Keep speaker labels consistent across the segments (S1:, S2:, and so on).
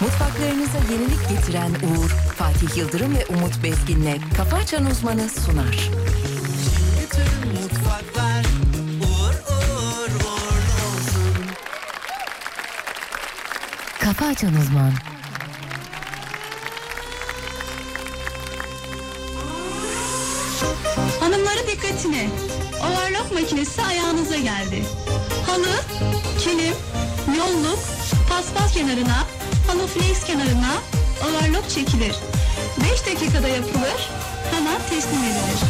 S1: Mutfaklarınıza yenilik getiren Uğur, Fatih Yıldırım ve Umut Bezgin'le Kafa Açan Uzmanı sunar. Kafa Açan Uzman
S2: Hanımların dikkatine. Overlock makinesi ayağınıza geldi. Halı, kilim, yolluk, paspas kenarına, halı flex kenarına overlock çekilir. 5 dakikada yapılır, hemen teslim edilir.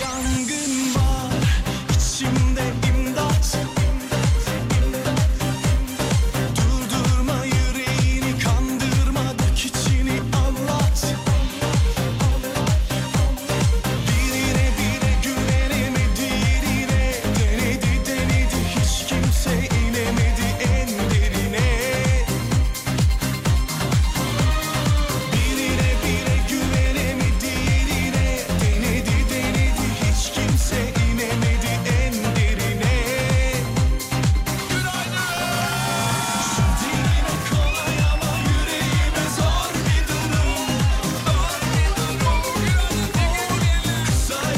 S3: Yangın var içimde imdat Durdurma yüreğini kandırma dök içini anlat Birine bire güvenemedi yerine Denedi denedi hiç kimse inemedi en derine Birine bire güvenemedi yerine Denedi denedi hiç kimse inemedi en derine Diline kolay ama yüreğime zor bir durum Zor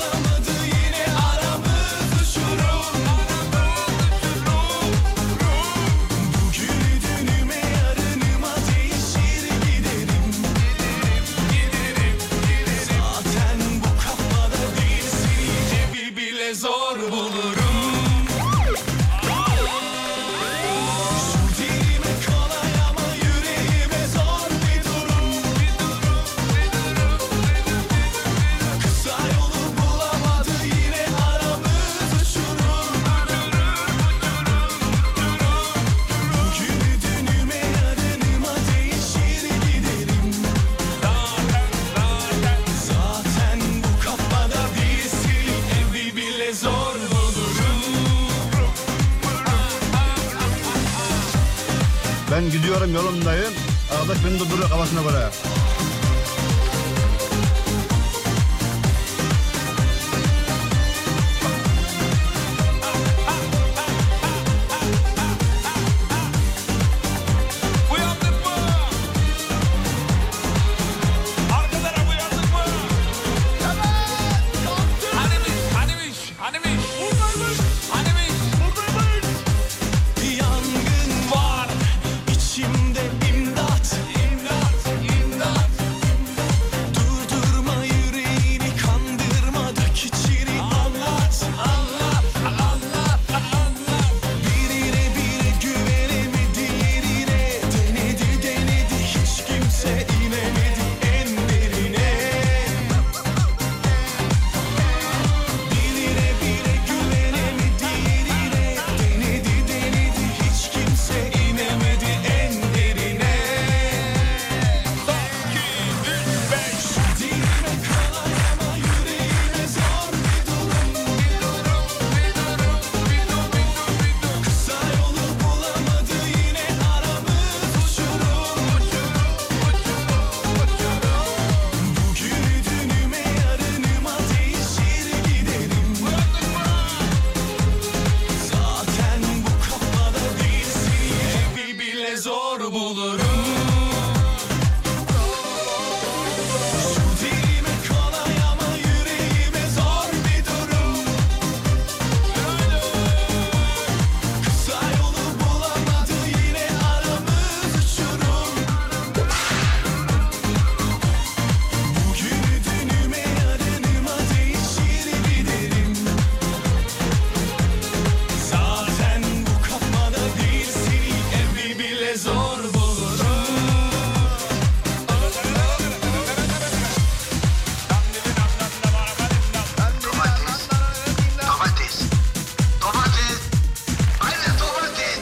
S3: bir durum Kısa yolu bulamadı yine aramız uçurum Bugünü dünüme yarınıma değişir giderim Zaten bu kafada değil seni cebi bile zor bulurum Şu dilime kolay ama yüreğime zor bir durum Kısa yolu bulamadı yine aramız uçurum Bugünü dünüme yarınıma değişir giderim Zaten bu kafada birisi evi bile zor bulurum
S4: Ben gidiyorum yolumdayım. Arkadaş beni durduruyor kafasına göre.
S3: Uyandın mı? Arkalara uyandın mı? Hani Hanimiş, hanimiş, hanimiş. Hanimiş. Yangın var içimde imdat, imdat, imdat. Durdurma yüreğini kandırma dök içini anlat, anlat, anlat, anlat. Birine bire güvenemedi yerine denedi denedi hiç kimse inemedi en derine. Birine bire güvenemedi yerine denedi denedi hiç kimse inemedi en derine. Dilime kolay ama yüreğime zor bir durum Kısa yolu bulamadı yine aramız uçurum Bugünü dünüme yarınıma değişir giderim Zaten bu kafada değil seni evi bile zor bulurum Dilime kolay ama yüreğime zor bir durum Kısa yolu bulamadı yine aramız uçurum Bugünü dünüme yarınıma değişir giderim Zaten bu kafada değil seni evi bile zor bulurum
S5: Domates. Domates. Domates. Aynen domates.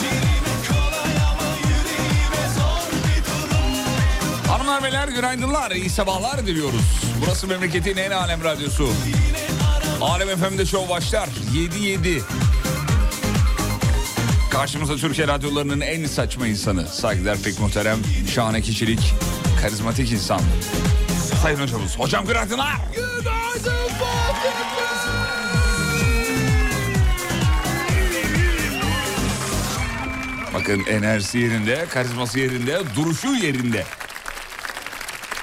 S3: Dilime kolay ama yüreğime zor bir durum
S6: Hanımlar beyler günaydınlar, iyi sabahlar diliyoruz. Burası memleketin en alem radyosu. Alem FM'de şov başlar 7-7. Karşımızda Türkiye radyolarının en saçma insanı. Saygılar pek muhterem, şahane kişilik, karizmatik insan. Sayın hocamız. Hocam günaydınlar. Bakın enerjisi yerinde, karizması yerinde, duruşu yerinde.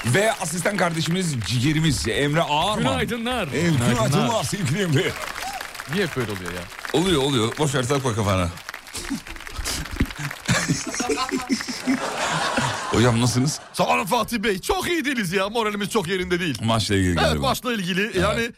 S6: Ve asistan kardeşimiz ciğerimiz Emre Ağarman.
S4: Günaydınlar.
S6: Evet, günaydınlar sevgili Emre.
S4: E, Niye hep böyle oluyor ya?
S6: Oluyor oluyor. Boş ver takma kafana. Hocam nasılsınız?
S4: Sağ olun Fatih Bey. Çok iyi değiliz ya. Moralimiz çok yerinde değil.
S6: Maçla ilgili
S4: Evet
S6: galiba.
S4: maçla ilgili yani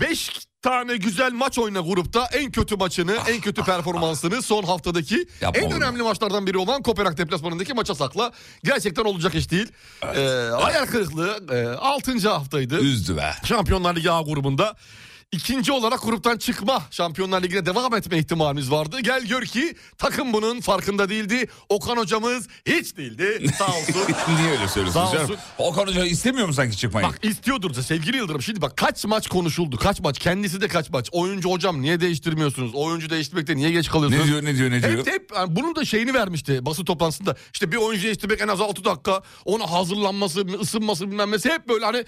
S4: 5 tane güzel maç oyna grupta en kötü maçını, en kötü performansını son haftadaki
S6: Yapma
S4: en
S6: oğlum.
S4: önemli maçlardan biri olan Kopenhag deplasmanındaki maça sakla. Gerçekten olacak iş değil. Ee, hayal kırıklığı 6. haftaydı.
S6: Üzdü be.
S4: Şampiyonlar Ligi A grubunda. ikinci olarak gruptan çıkma Şampiyonlar Ligi'ne devam etme ihtimalimiz vardı. Gel gör ki takım bunun farkında değildi. Okan hocamız hiç değildi. Sağ olsun.
S6: Niye öyle söylüyorsun
S4: Sağ
S6: canım?
S4: olsun.
S6: Okan Hoca istemiyor mu sanki çıkmayı?
S4: Bak istiyordur da sevgili Yıldırım. Şimdi bak kaç maç konuşuldu. Kaç maç. Kendisi de kaç maç. Oyuncu hocam niye değiştirmiyorsunuz? Oyuncu değiştirmekte niye geç kalıyorsunuz?
S6: ne diyor ne diyor ne diyor?
S4: Hep, hep yani bunun da şeyini vermişti basın toplantısında. İşte bir oyuncu değiştirmek en az 6 dakika. Ona hazırlanması, ısınması bilmem nesi. Hep böyle hani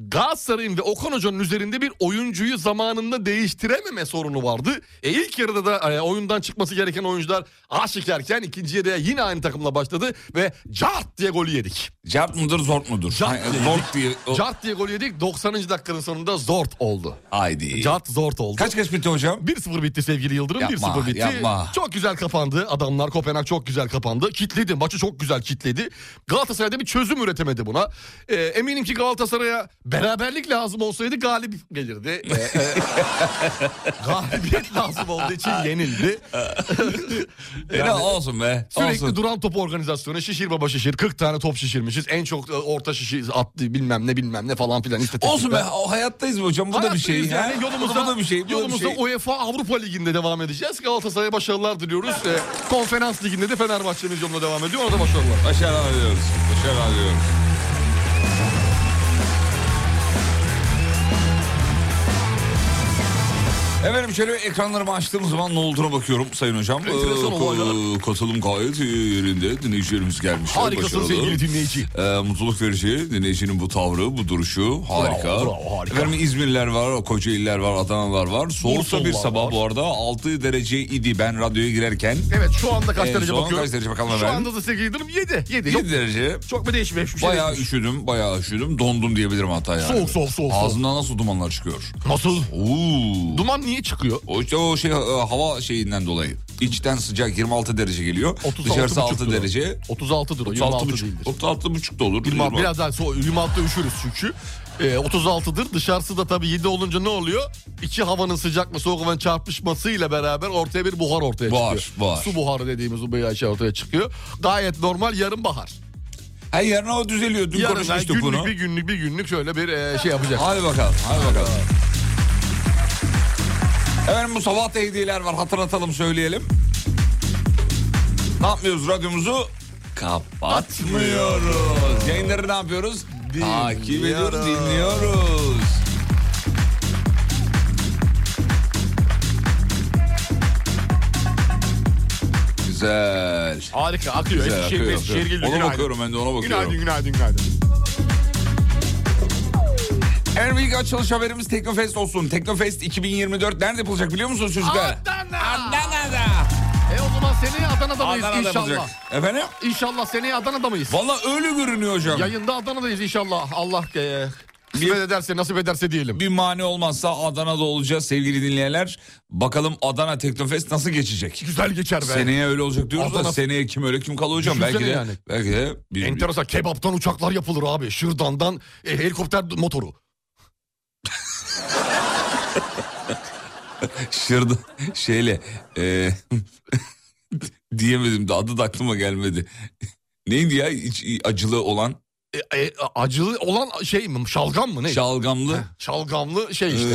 S4: Galatasaray'ın ve Okan Hoca'nın üzerinde bir oyuncuyu zamanında değiştirememe sorunu vardı. E ilk yarıda da e, oyundan çıkması gereken oyuncular aşikarken ikinci yarıya yine aynı takımla başladı ve cart diye golü yedik.
S6: Cart mıdır zort mudur?
S4: Cart
S6: Hayır,
S4: diye-
S6: zort diye. o-
S4: Cart diye golü yedik 90. dakikanın sonunda zort oldu.
S6: Haydi.
S4: Cart zort oldu.
S6: Kaç kaç bitti hocam?
S4: 1-0 bitti sevgili Yıldırım.
S6: Yapma,
S4: 1-0 bitti.
S6: yapma.
S4: Çok güzel kapandı. Adamlar Kopenhag çok güzel kapandı. Kitledi. Maçı çok güzel kitledi. Galatasaray'da bir çözüm üretemedi buna. Ee, eminim ki Galatasaray'a beraberlik lazım olsaydı galip gelirdi. Ee, e, galibiyet lazım olduğu için yenildi.
S6: E, ne olsun be.
S4: Sürekli
S6: olsun.
S4: duran top organizasyonu. Şişir baba şişir. 40 tane top şişirmişiz. En çok e, orta şişir attı bilmem ne bilmem ne falan filan. istatistikler.
S6: olsun be. O hayattayız mı hocam? Bu da bir şey.
S4: Hayattayız
S6: ha?
S4: Yani yolumuzda,
S6: bu da bir şey. Bu da bir
S4: yolumuzda
S6: şey.
S4: UEFA Avrupa Ligi'nde devam edeceğiz. Galatasaray'a başarılar diliyoruz. Ee, Konferans Ligi'nde de Fenerbahçe'miz yoluna devam ediyor. Ona da başarılar.
S6: Başarılar diliyoruz. Başarılar diliyoruz. Efendim şöyle ekranlarımı açtığım zaman ne olduğuna bakıyorum Sayın Hocam.
S4: Enteresan
S6: Ee,
S4: olaylar.
S6: ko- katılım gayet iyi yerinde. Dinleyicilerimiz gelmiş.
S4: Harikasın sevgili dinleyici.
S6: Ee, mutluluk verici dinleyicinin bu tavrı, bu duruşu harika.
S4: bravo, harika.
S6: Efendim İzmirliler var, Kocaeliler var, Adanalar var. Soğukta bir
S4: Bursalılar
S6: sabah
S4: var.
S6: bu arada 6 derece idi ben radyoya girerken.
S4: Evet şu anda kaç
S6: Ee,
S4: derece
S6: şu an
S4: bakıyorum?
S6: kaç derece bakalım
S4: Şu
S6: efendim?
S4: anda da sevgili Yıldırım 7. 7.
S6: 7 derece.
S4: Çok mu değişmiş? Bir şey
S6: Bayağı
S4: değişmiş.
S6: üşüdüm, bayağı üşüdüm. Dondum diyebilirim hatta yani.
S4: Soğuk, soğuk, soğuk, soğuk.
S6: Ağzımdan nasıl dumanlar çıkıyor?
S4: Nasıl?
S6: Oo.
S4: Duman niye çıkıyor?
S6: O işte o şey e, hava şeyinden dolayı. İçten sıcak 26 derece geliyor.
S4: 36
S6: Dışarısı 6
S4: buçuktur o.
S6: derece.
S4: 36 lira.
S6: 36
S4: 26
S6: buçuk.
S4: değildir.
S6: 36 buçuk da olur.
S4: 26,
S6: Yirmi-
S4: biraz daha so- 26'da üşürüz çünkü. Ee, 36'dır. Dışarısı da tabii 7 olunca ne oluyor? İçi havanın sıcak mı soğuk havanın çarpışmasıyla beraber ortaya bir buhar ortaya
S6: Buhar,
S4: çıkıyor.
S6: buhar.
S4: Su buharı dediğimiz bu beyaz şey ortaya çıkıyor. Gayet normal yarın bahar.
S6: Ha yarın o düzeliyor. Dün
S4: Yarın yani
S6: konuşmuştuk
S4: günlük
S6: bunu.
S4: bir günlük bir günlük şöyle bir e, şey yapacak.
S6: Hadi bakalım, hadi bakalım. Efendim bu sabah da hediyeler var. Hatırlatalım, söyleyelim. Ne yapmıyoruz radyomuzu? Kapatmıyoruz. Yayınları ne yapıyoruz? Takip ediyoruz, dinliyoruz. Güzel.
S4: Harika akıyor.
S6: Güzel,
S4: Eskişehir,
S6: akıyor,
S4: Eskişehir
S6: akıyor.
S4: geliyor.
S6: Ona
S4: Günaydın.
S6: bakıyorum ben de ona bakıyorum.
S4: Günaydın günaydın günaydın.
S6: Efendim ilk açılış haberimiz Teknofest olsun. Teknofest 2024 nerede yapılacak biliyor musunuz çocuklar?
S4: Adana!
S6: Adana'da.
S4: E o zaman seneye Adana'da mıyız
S6: Adana'da yapılacak.
S4: inşallah?
S6: Efendim?
S4: İnşallah seneye Adana'da mıyız?
S6: Valla öyle görünüyor hocam.
S4: Yayında Adana'dayız inşallah. Allah e, kısmet ederse nasip ederse diyelim.
S6: Bir mani olmazsa Adana'da olacağız sevgili dinleyenler. Bakalım Adana Teknofest nasıl geçecek?
S4: Güzel geçer be.
S6: Seneye öyle olacak diyoruz da
S4: Adana-
S6: seneye kim öyle kim kalıyor hocam.
S4: Düşünsene
S6: Belki de,
S4: yani.
S6: belki de bir,
S4: Enteresan kebaptan uçaklar yapılır abi. Şırdandan e, helikopter motoru.
S6: şırda şeyle e, diyemedim de adı da aklıma gelmedi. Neydi ya iç- acılı olan
S4: E, e, acılı olan şey mi? Şalgam mı ne?
S6: şalgamlı?
S4: Şalgamlı şey işte.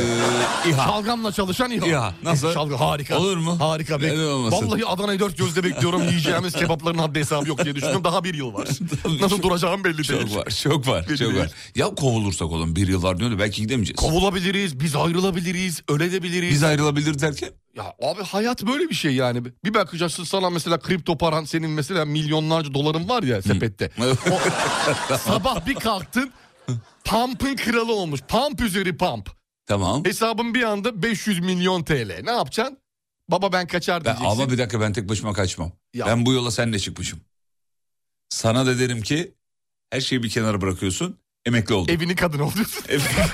S6: Ee, İHA.
S4: Şalgamla çalışan İHA. E,
S6: İHA, nasıl?
S4: Şalgam harika.
S6: Olur mu?
S4: Harika. Bek-
S6: Neden olmasın?
S4: Vallahi Adana'yı dört gözle bekliyorum. Yiyeceğimiz kebapların haddi hesabı yok diye düşündüm. Daha bir yıl var. Nasıl duracağım belli değil.
S6: Çok var, çok var, çok var. Ya kovulursak oğlum bir yıllar dönüyor belki gidemeyeceğiz.
S4: Kovulabiliriz, biz ayrılabiliriz, ölebiliriz.
S6: Biz ayrılabilir derken
S4: Ya abi hayat böyle bir şey yani. Bir bakacaksın sana mesela kripto paran senin mesela milyonlarca doların var ya sepette. O- sabah bir kalktın pump'ın kralı olmuş. Pump üzeri pump.
S6: tamam.
S4: E, Hesabın bir anda 500 milyon TL. Ne yapacaksın? Baba ben kaçar
S6: Ben,
S4: diyeceksin.
S6: ama bir dakika ben tek başıma kaçmam.
S4: Ya.
S6: Ben bu yola senle çıkmışım. Sana da derim ki her şeyi bir kenara bırakıyorsun. Emekli oldun.
S4: Evini kadın oluyorsun.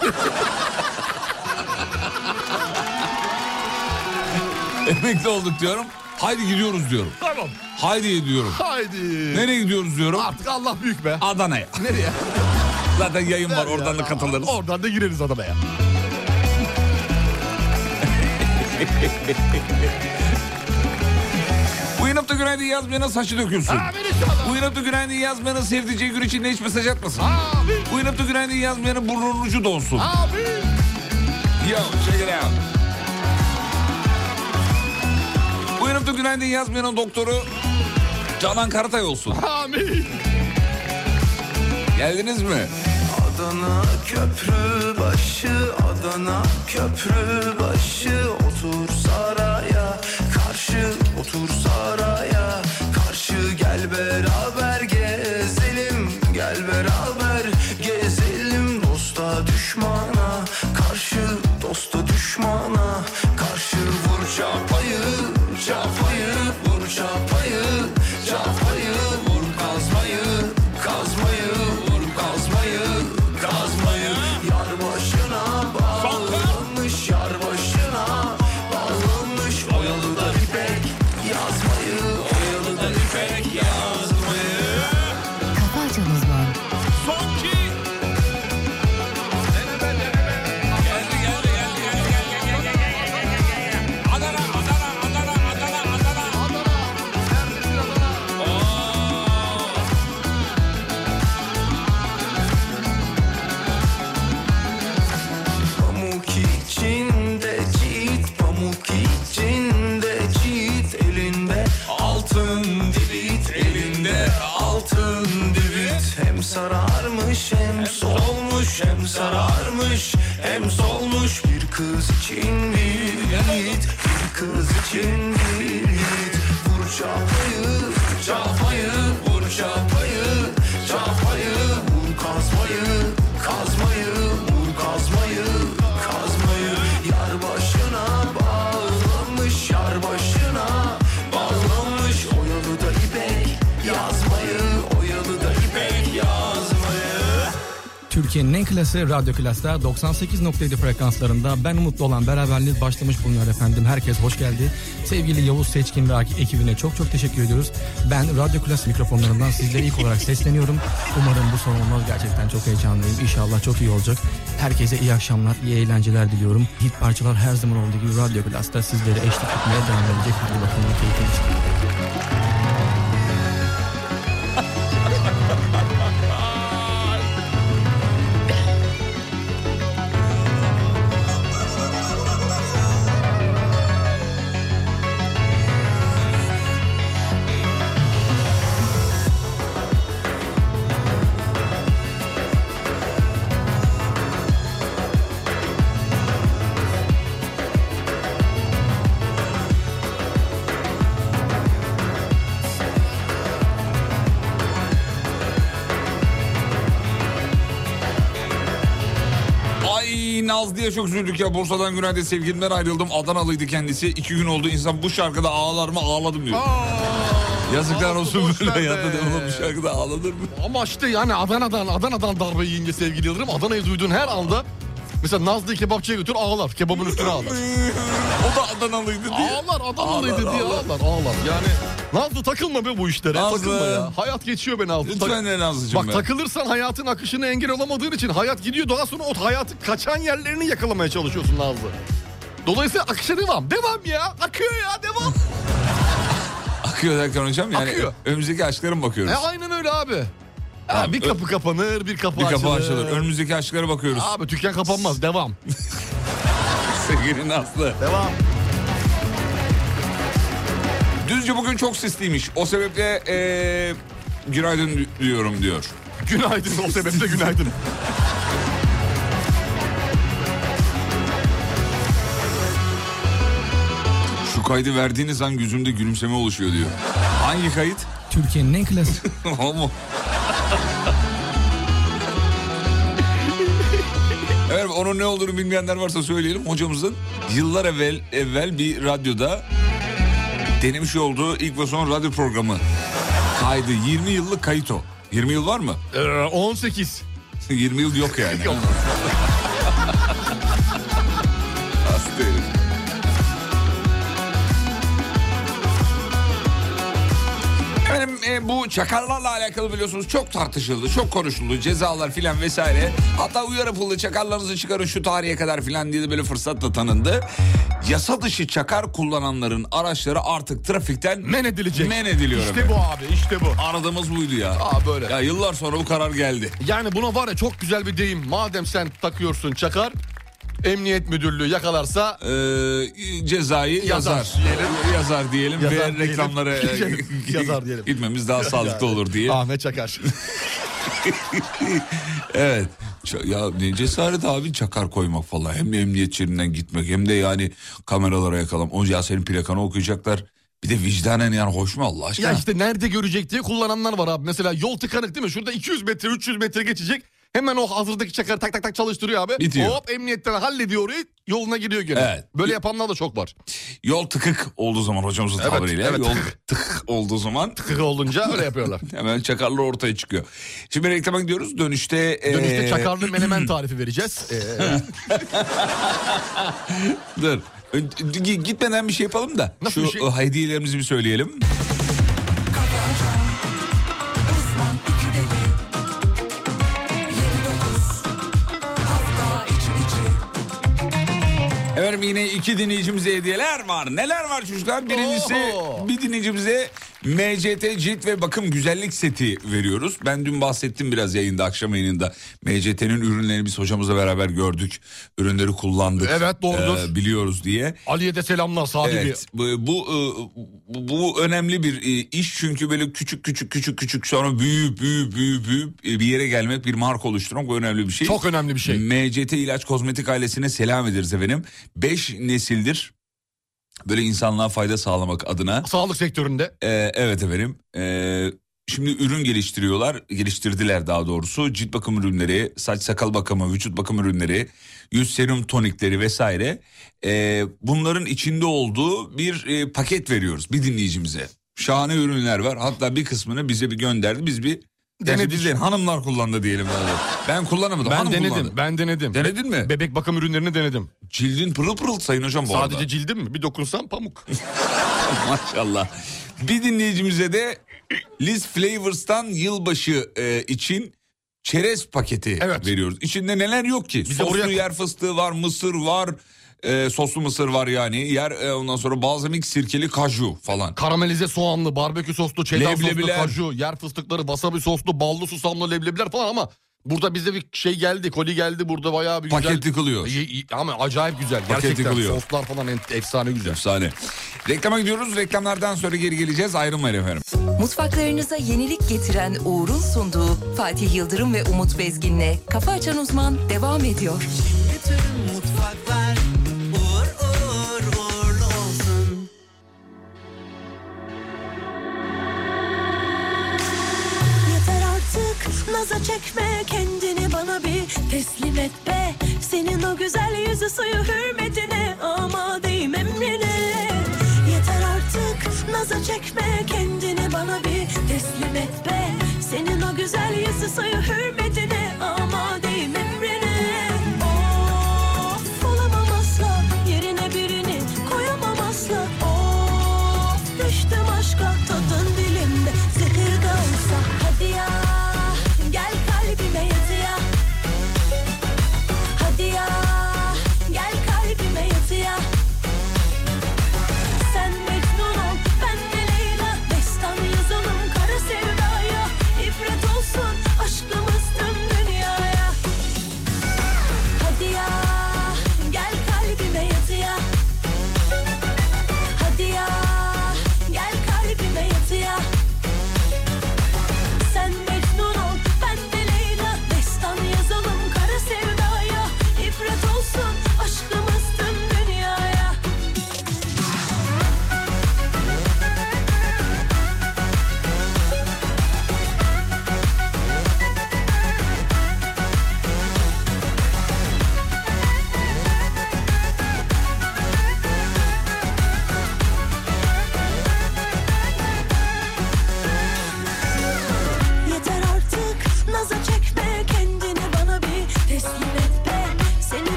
S6: Emekli olduk diyorum. Haydi gidiyoruz diyorum.
S4: tamam.
S6: Haydi diyorum.
S4: Haydi.
S6: Nereye gidiyoruz diyorum.
S4: Artık Allah büyük be.
S6: Adana'ya.
S4: Nereye?
S6: Zaten yayın var oradan da katılırız.
S4: Oradan da gireriz adamaya.
S6: Uyanıp da günaydın yazmayana saçı dökülsün. Uyanıp da günaydın yazmayana sevdiceği gün içinde hiç mesaj atmasın. Uyanıp da günaydın yazmayana burnunun ucu donsun. Yo, check it out. Uyanıp da günaydın yazmayana doktoru Canan Karatay olsun.
S4: Amin.
S6: Geldiniz mi?
S3: Adana köprü başı Adana köprü başı Otur saraya karşı Otur saraya karşı Gel beraber gezelim Gel beraber gezelim Dosta düşmana karşı Dosta düşmana karşı Vur çapayı çapayı Vur çapayı çapayı Vur kazmayı kazmayı Vur kazmayı kazmayı Yar başına bağlanmış Yar başına bağlanmış Oyalı da ipek yazmayı Oyalı da ipek yazmayı
S1: Kafa Açan Uzman.
S3: Pamuk içinde çiğit Pamuk içinde çiğit Elinde altın divit Elinde altın divit Hem sararmış hem solmuş Hem sararmış hem solmuş Bir kız için bir yiğit Bir kız için bir yiğit Vur çapayı, çapayı Vur çapayı, çapayı Vur kazmayı, kazmayı Vur kazmayı, kazmayı Yar başına bağlanmış Yar başına bağlanmış Oyalı da ipek yazmayı Oyalı da ipek yazmayı
S7: Türkiye'nin en klası Radyo Klas'ta 98.7 frekanslarında ben Umutlu olan beraberliğiniz başlamış bulunuyor efendim. Herkes hoş geldi. Sevgili Yavuz Seçkin ve ekibine çok çok teşekkür ediyoruz. Ben Radyo Klas mikrofonlarından sizlere ilk olarak sesleniyorum. Umarım bu son olmaz. Gerçekten çok heyecanlıyım. İnşallah çok iyi olacak. Herkese iyi akşamlar, iyi eğlenceler diliyorum. Hit parçalar her zaman olduğu gibi Radyo Klas'ta sizlere eşlik etmeye devam edecek. Hadi bakalım keyfiniz.
S6: Ay Nazlı'ya çok üzüldük ya. Bursa'dan günaydın sevgilimden ayrıldım. Adanalıydı kendisi. İki gün oldu. İnsan bu şarkıda ağlar mı ağladım diyor. Yazıklar
S4: Nazlı
S6: olsun
S4: boş
S6: böyle
S4: ver
S6: hayatta
S4: be.
S6: da bu şarkıda ağlanır mı?
S4: Ama işte yani Adana'dan Adana'dan darbe yiyince sevgili Yıldırım Adana'yı duyduğun her anda mesela Nazlı'yı kebapçıya götür ağlar. Kebabın üstüne ağlar.
S6: o da Adanalıydı diye.
S4: Ağlar Adanalıydı
S6: Ağlar,
S4: diye
S6: ağlar.
S4: ağlar ağlar. Yani Nazlı takılma be bu işlere.
S6: Nazlı.
S4: Takılma ya. Hayat geçiyor be Nazlı.
S6: Lütfen
S4: Tak-
S6: en azıcık
S4: Bak takılırsan hayatın akışını engel olamadığın için hayat gidiyor daha sonra o hayatı kaçan yerlerini yakalamaya çalışıyorsun Nazlı. Dolayısıyla akışa devam. Devam ya. Akıyor ya devam.
S6: Akıyor derken hocam yani
S4: Akıyor.
S6: önümüzdeki aşklara mı bakıyoruz?
S4: e, aynen öyle abi. Ha,
S6: Abi,
S4: bir
S6: ö-
S4: kapı kapanır bir kapı
S6: Bir
S4: açılır.
S6: kapı açılır. Önümüzdeki aşklara bakıyoruz.
S4: Abi dükkan kapanmaz devam.
S6: Sevgili Nazlı.
S4: Devam.
S6: Düzce bugün çok sisliymiş. O sebeple ee, günaydın di- diyorum diyor.
S4: Günaydın o sebeple günaydın.
S6: Şu kaydı verdiğiniz an yüzümde gülümseme oluşuyor diyor. Hangi kayıt?
S7: Türkiye'nin en klasik.
S6: Homo. Evet onun ne olduğunu bilmeyenler varsa söyleyelim. Hocamızın yıllar evvel evvel bir radyoda denemiş olduğu ilk ve son radyo programı kaydı. 20 yıllık kayıt o. 20 yıl var mı?
S4: Ee, 18.
S6: 20 yıl yok yani.
S4: Yok.
S6: Hasta herif. Efendim e, bu çakallarla alakalı biliyorsunuz çok tartışıldı, çok konuşuldu. Cezalar filan vesaire. Hatta uyarı yapıldı çakallarınızı çıkarın şu tarihe kadar filan diye de böyle fırsat da tanındı. Yasa dışı çakar kullananların araçları artık trafikten
S4: Men edilecek.
S6: Men ediliyor
S4: İşte
S6: efendim.
S4: bu abi işte bu.
S6: Aradığımız buydu ya.
S4: Aa, böyle.
S6: Ya yıllar sonra bu karar geldi.
S4: Yani buna var ya çok güzel bir deyim. Madem sen takıyorsun çakar, emniyet müdürlüğü yakalarsa
S6: Ee, cezayı yazar.
S4: Yazar
S6: Yazar, diyelim
S4: Yazar
S6: ve
S4: diyelim.
S6: reklamlara e,
S4: Diyelim. Yazar diyelim. Ah.
S6: gitmemiz daha sağlıklı olur diye.
S4: Ahmet Çakar.
S6: Evet. Ç- Ya ne cesaret abi çakar koymak falan. Hem emniyet şeridinden gitmek hem de yani kameralara yakalam. O ya senin plakanı okuyacaklar. Bir de vicdanen yani hoş mu Allah aşkına?
S4: ya işte nerede görecek diye kullananlar var abi. Mesela yol tıkanık değil mi? Şurada 200 metre 300 metre geçecek. Hemen o hazırdaki çakarı tak tak tak çalıştırıyor abi.
S6: Bitiyor.
S4: Hop emniyetten hallediyor orayı yoluna gidiyor gene.
S6: Evet.
S4: Böyle yapanlar da çok var.
S6: Yol tıkık olduğu zaman hocamızın
S4: Evet,
S6: tabiriyle.
S4: evet.
S6: Yol tıkık olduğu zaman
S4: Kıkı olunca öyle yapıyorlar.
S6: hemen çakarlar ortaya çıkıyor. Şimdi reklama gidiyoruz. Dönüşte...
S4: Dönüşte
S6: ee,
S4: çakarlı menemen tarifi vereceğiz. Ee,
S6: Dur. Ön- g- Gitmeden bir şey yapalım da.
S4: Nasıl
S6: Şu
S4: bir şey?
S6: e, hediyelerimizi bir söyleyelim. Efendim yine iki dinleyicimize hediyeler var. Neler var çocuklar? Birincisi
S4: Oho.
S6: bir dinleyicimize MCT cilt ve bakım güzellik seti veriyoruz. Ben dün bahsettim biraz yayında akşam yayınında. MCT'nin ürünlerini biz hocamızla beraber gördük. Ürünleri kullandık.
S4: Evet, doğrudur.
S6: Ee, biliyoruz diye.
S4: Ali'ye de selamlar Sadi Bey.
S6: Evet bu, bu e, bu- bu önemli bir e, iş çünkü böyle küçük küçük küçük küçük sonra büyüyüp büyüyüp büyüyüp, büyüyüp, e, bir yere gelmek bir marka oluşturmak bu önemli bir şey.
S4: Çok önemli bir şey.
S6: MCT İlaç Kozmetik ailesine selam ederiz efendim. 5 nesildir böyle insanlığa fayda sağlamak adına.
S4: Sağlık sektöründe.
S6: Ee, evet efendim. Ee, şimdi ürün geliştiriyorlar, geliştirdiler daha doğrusu. Cilt bakım ürünleri, saç sakal bakımı, vücut bakım ürünleri, yüz serum tonikleri vesaire. Ee, bunların içinde olduğu bir e, paket veriyoruz bir dinleyicimize. Şahane ürünler var. Hatta bir kısmını bize bir gönderdi. Biz bir
S4: Denedik.
S6: Gerçi biz de hanımlar kullandı diyelim. yani. Ben kullanamadım.
S4: Ben
S6: hanım
S4: denedim.
S6: kullandı.
S4: Ben denedim.
S6: Denedin mi?
S4: Bebek bakım ürünlerini denedim.
S6: Cildin pırıl pırıl sayın hocam bu
S4: Sadece
S6: arada.
S4: cildim mi? Bir dokunsam pamuk.
S6: Maşallah. Bir dinleyicimize de Liz Flavors'tan yılbaşı e, için çerez paketi
S4: Evet.
S6: veriyoruz. İçinde neler yok ki?
S4: de
S6: Soslu
S4: oraya-
S6: yer fıstığı var, mısır var, e, soslu mısır var yani. Yer e, ondan sonra balzamik sirkeli kaju falan.
S4: Karamelize soğanlı, barbekü soslu, çedar soslu,
S6: Leblebiler.
S4: kaju, yer fıstıkları, wasabi soslu, ballı susamlı leblebiler falan ama burada bize bir şey geldi, koli geldi burada bayağı bir güzel.
S6: Paket yıkılıyor.
S4: İyi, iyi, Ama acayip güzel
S6: Paket
S4: gerçekten.
S6: yıkılıyor.
S4: Soslar falan en- efsane güzel.
S6: Efsane. Reklama gidiyoruz. Reklamlardan sonra geri geleceğiz. Ayrılmayın efendim.
S1: Mutfaklarınıza yenilik getiren Uğur'un sunduğu Fatih Yıldırım ve Umut Bezgin'le Kafa Açan Uzman devam ediyor.
S2: Yeter artık naza çekme kendini bana bir teslim et be Senin o güzel yüzü suyu hürmetine ama değmem emrine Yeter artık naza çekme kendini bana bir teslim et be Senin o güzel yüzü suyu hürmetine ama değmem emrine Of olamam asla yerine birini koyamam asla Of düştüm aşka tadın dilimde zehir de olsa Hadi ya gel kalbime yatı ya Hadi ya gel kalbime yatı ya Sen Mecnun ol ben de Leyla Destan yazalım kara sevdaya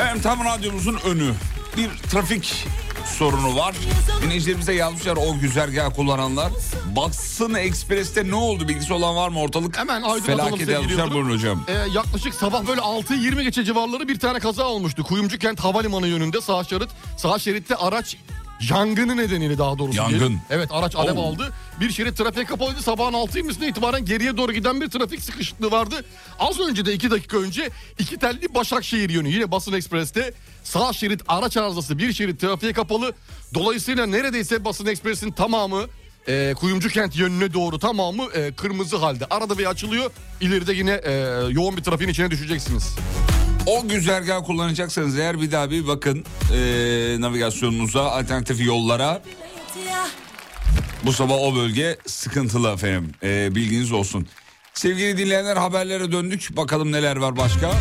S6: Efendim tam radyomuzun önü bir trafik sorunu var. Dinleyicilerimize yazmışlar o güzergahı kullananlar. Baksın Ekspres'te ne oldu bilgisi olan var mı ortalık?
S4: Hemen aydınlatalım
S6: Felaket
S4: sevgili
S6: yazmışlar
S4: Yıldırım.
S6: buyurun hocam.
S4: Ee, yaklaşık sabah böyle 6-20 geçe civarları bir tane kaza olmuştu. Kuyumcu kent havalimanı yönünde sağ şerit. Sağ şeritte araç yangını nedeniyle daha doğrusu.
S6: Yangın. Oh.
S4: diyelim. Evet araç alev
S6: Oo.
S4: aldı. Bir şerit trafiğe kapalıydı. Sabahın 6.20'sine itibaren geriye doğru giden bir trafik sıkışıklığı vardı. Az önce de 2 dakika önce iki telli Başakşehir yönü yine Basın Ekspres'te sağ şerit araç arızası bir şerit trafiğe kapalı. Dolayısıyla neredeyse Basın Ekspres'in tamamı e, Kuyumcu kent yönüne doğru tamamı e, kırmızı halde. Arada bir açılıyor. İleride yine e, yoğun bir trafiğin içine düşeceksiniz.
S6: O güzergahı kullanacaksanız eğer bir daha bir bakın e, navigasyonunuza, alternatif yollara. Bu sabah o bölge sıkıntılı efendim. E, bilginiz olsun. Sevgili dinleyenler haberlere döndük. Bakalım neler var başka.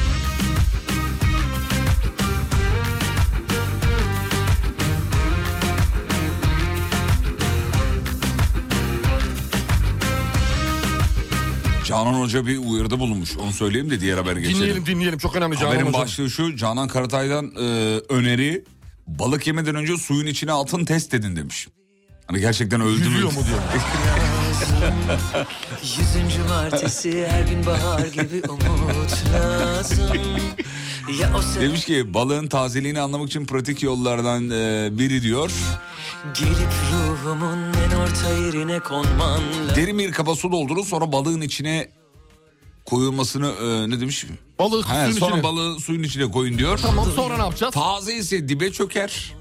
S6: Canan Hoca bir uyarıda bulunmuş. Onu söyleyeyim de diğer habere geçelim.
S4: Dinleyelim dinleyelim çok önemli Canan
S6: Haberin
S4: Hocam.
S6: başlığı şu Canan Karatay'dan e, öneri balık yemeden önce suyun içine altın test edin demiş. Hani gerçekten öldü mü?
S4: Yüzüyor mu diyor.
S8: Yüzün cumartesi her gün bahar gibi umut lazım. Ya o sen
S6: Demiş ki balığın tazeliğini anlamak için pratik yollardan e, biri diyor.
S8: gelip ruhumun en orta yerine konman lazım.
S6: Derin bir kaba su doldurun sonra balığın içine koyulmasını e, ne demiş?
S4: Balığı
S6: He,
S4: suyun
S6: sonra
S4: içine.
S6: balığı suyun içine koyun diyor.
S4: Tamam sonra ne yapacağız?
S6: Taze ise dibe çöker.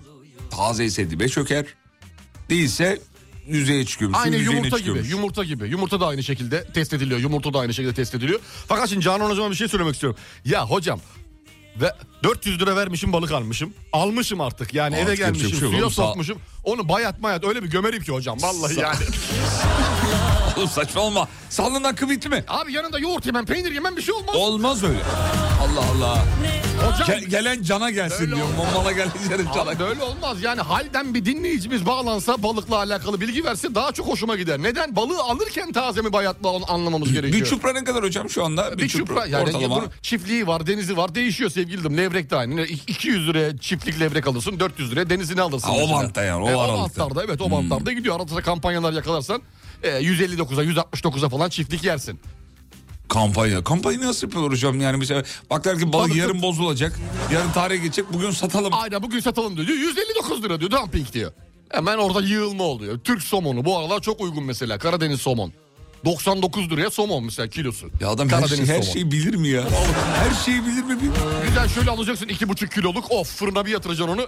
S6: Taze ise dibe çöker. Değilse yüzeye çıkıyormuş. suyun
S4: Aynı
S6: yüzeyine
S4: yumurta gibi.
S6: çıkıyormuş.
S4: Yumurta gibi. Yumurta da aynı şekilde test ediliyor. Yumurta da aynı şekilde test ediliyor. Fakat şimdi Canan Hocam'a bir şey söylemek istiyorum. Ya hocam ve 400 lira vermişim balık almışım. Almışım artık yani
S6: Artık
S4: eve
S6: yapacak bir
S4: gelmişim
S6: şey yok
S4: suya
S6: oğlum, sağ-
S4: sokmuşum. Onu bayat mayat öyle bir gömerim ki hocam vallahi yani.
S6: Oğlum saçmalama. Salın akı bitme.
S4: Abi yanında yoğurt yemem peynir yemem bir şey olmaz.
S6: Olmaz öyle. Allah Allah.
S4: hocam
S6: Gel- gelen cana gelsin diyor. Momala gelen cana.
S4: Abi böyle olmaz yani halden bir dinleyicimiz bağlansa balıkla alakalı bilgi verse daha çok hoşuma gider. Neden? Balığı alırken taze mi bayat mı onu anlamamız gerekiyor.
S6: Bir çupra ne kadar hocam şu anda?
S4: Bir çupra yani
S6: ortalama.
S4: bunun çiftliği var denizi var değişiyor sevgilim levrek de aynı. 200 liraya çiftlik levrek alırsın 400 liraya denizini alırsın.
S6: Ha, o
S4: mesela. E,
S6: bantta yani, o Hmm. aralıkta.
S4: bantlarda evet o bantlarda gidiyor arada kampanyalar yakalarsan e, 159'a 169'a falan çiftlik yersin.
S6: Kampanya. Kampanya nasıl yapıyorlar hocam? Yani mesela baklar ki balık
S4: Balık-
S6: yarın bozulacak. Yarın tarihe geçecek. Bugün satalım.
S4: Aynen bugün satalım diyor. diyor 159 lira diyor dumping diyor. Hemen orada yığılma oluyor. Türk somonu bu aralar çok uygun mesela Karadeniz somon. 99 liraya somon mesela kilosu.
S6: Ya adam her, şey, her şey- şeyi bilir mi ya? Her şeyi bilir mi? bilmiyorum.
S4: Güzel şöyle alacaksın 2,5 kiloluk of fırına bir yatıracaksın onu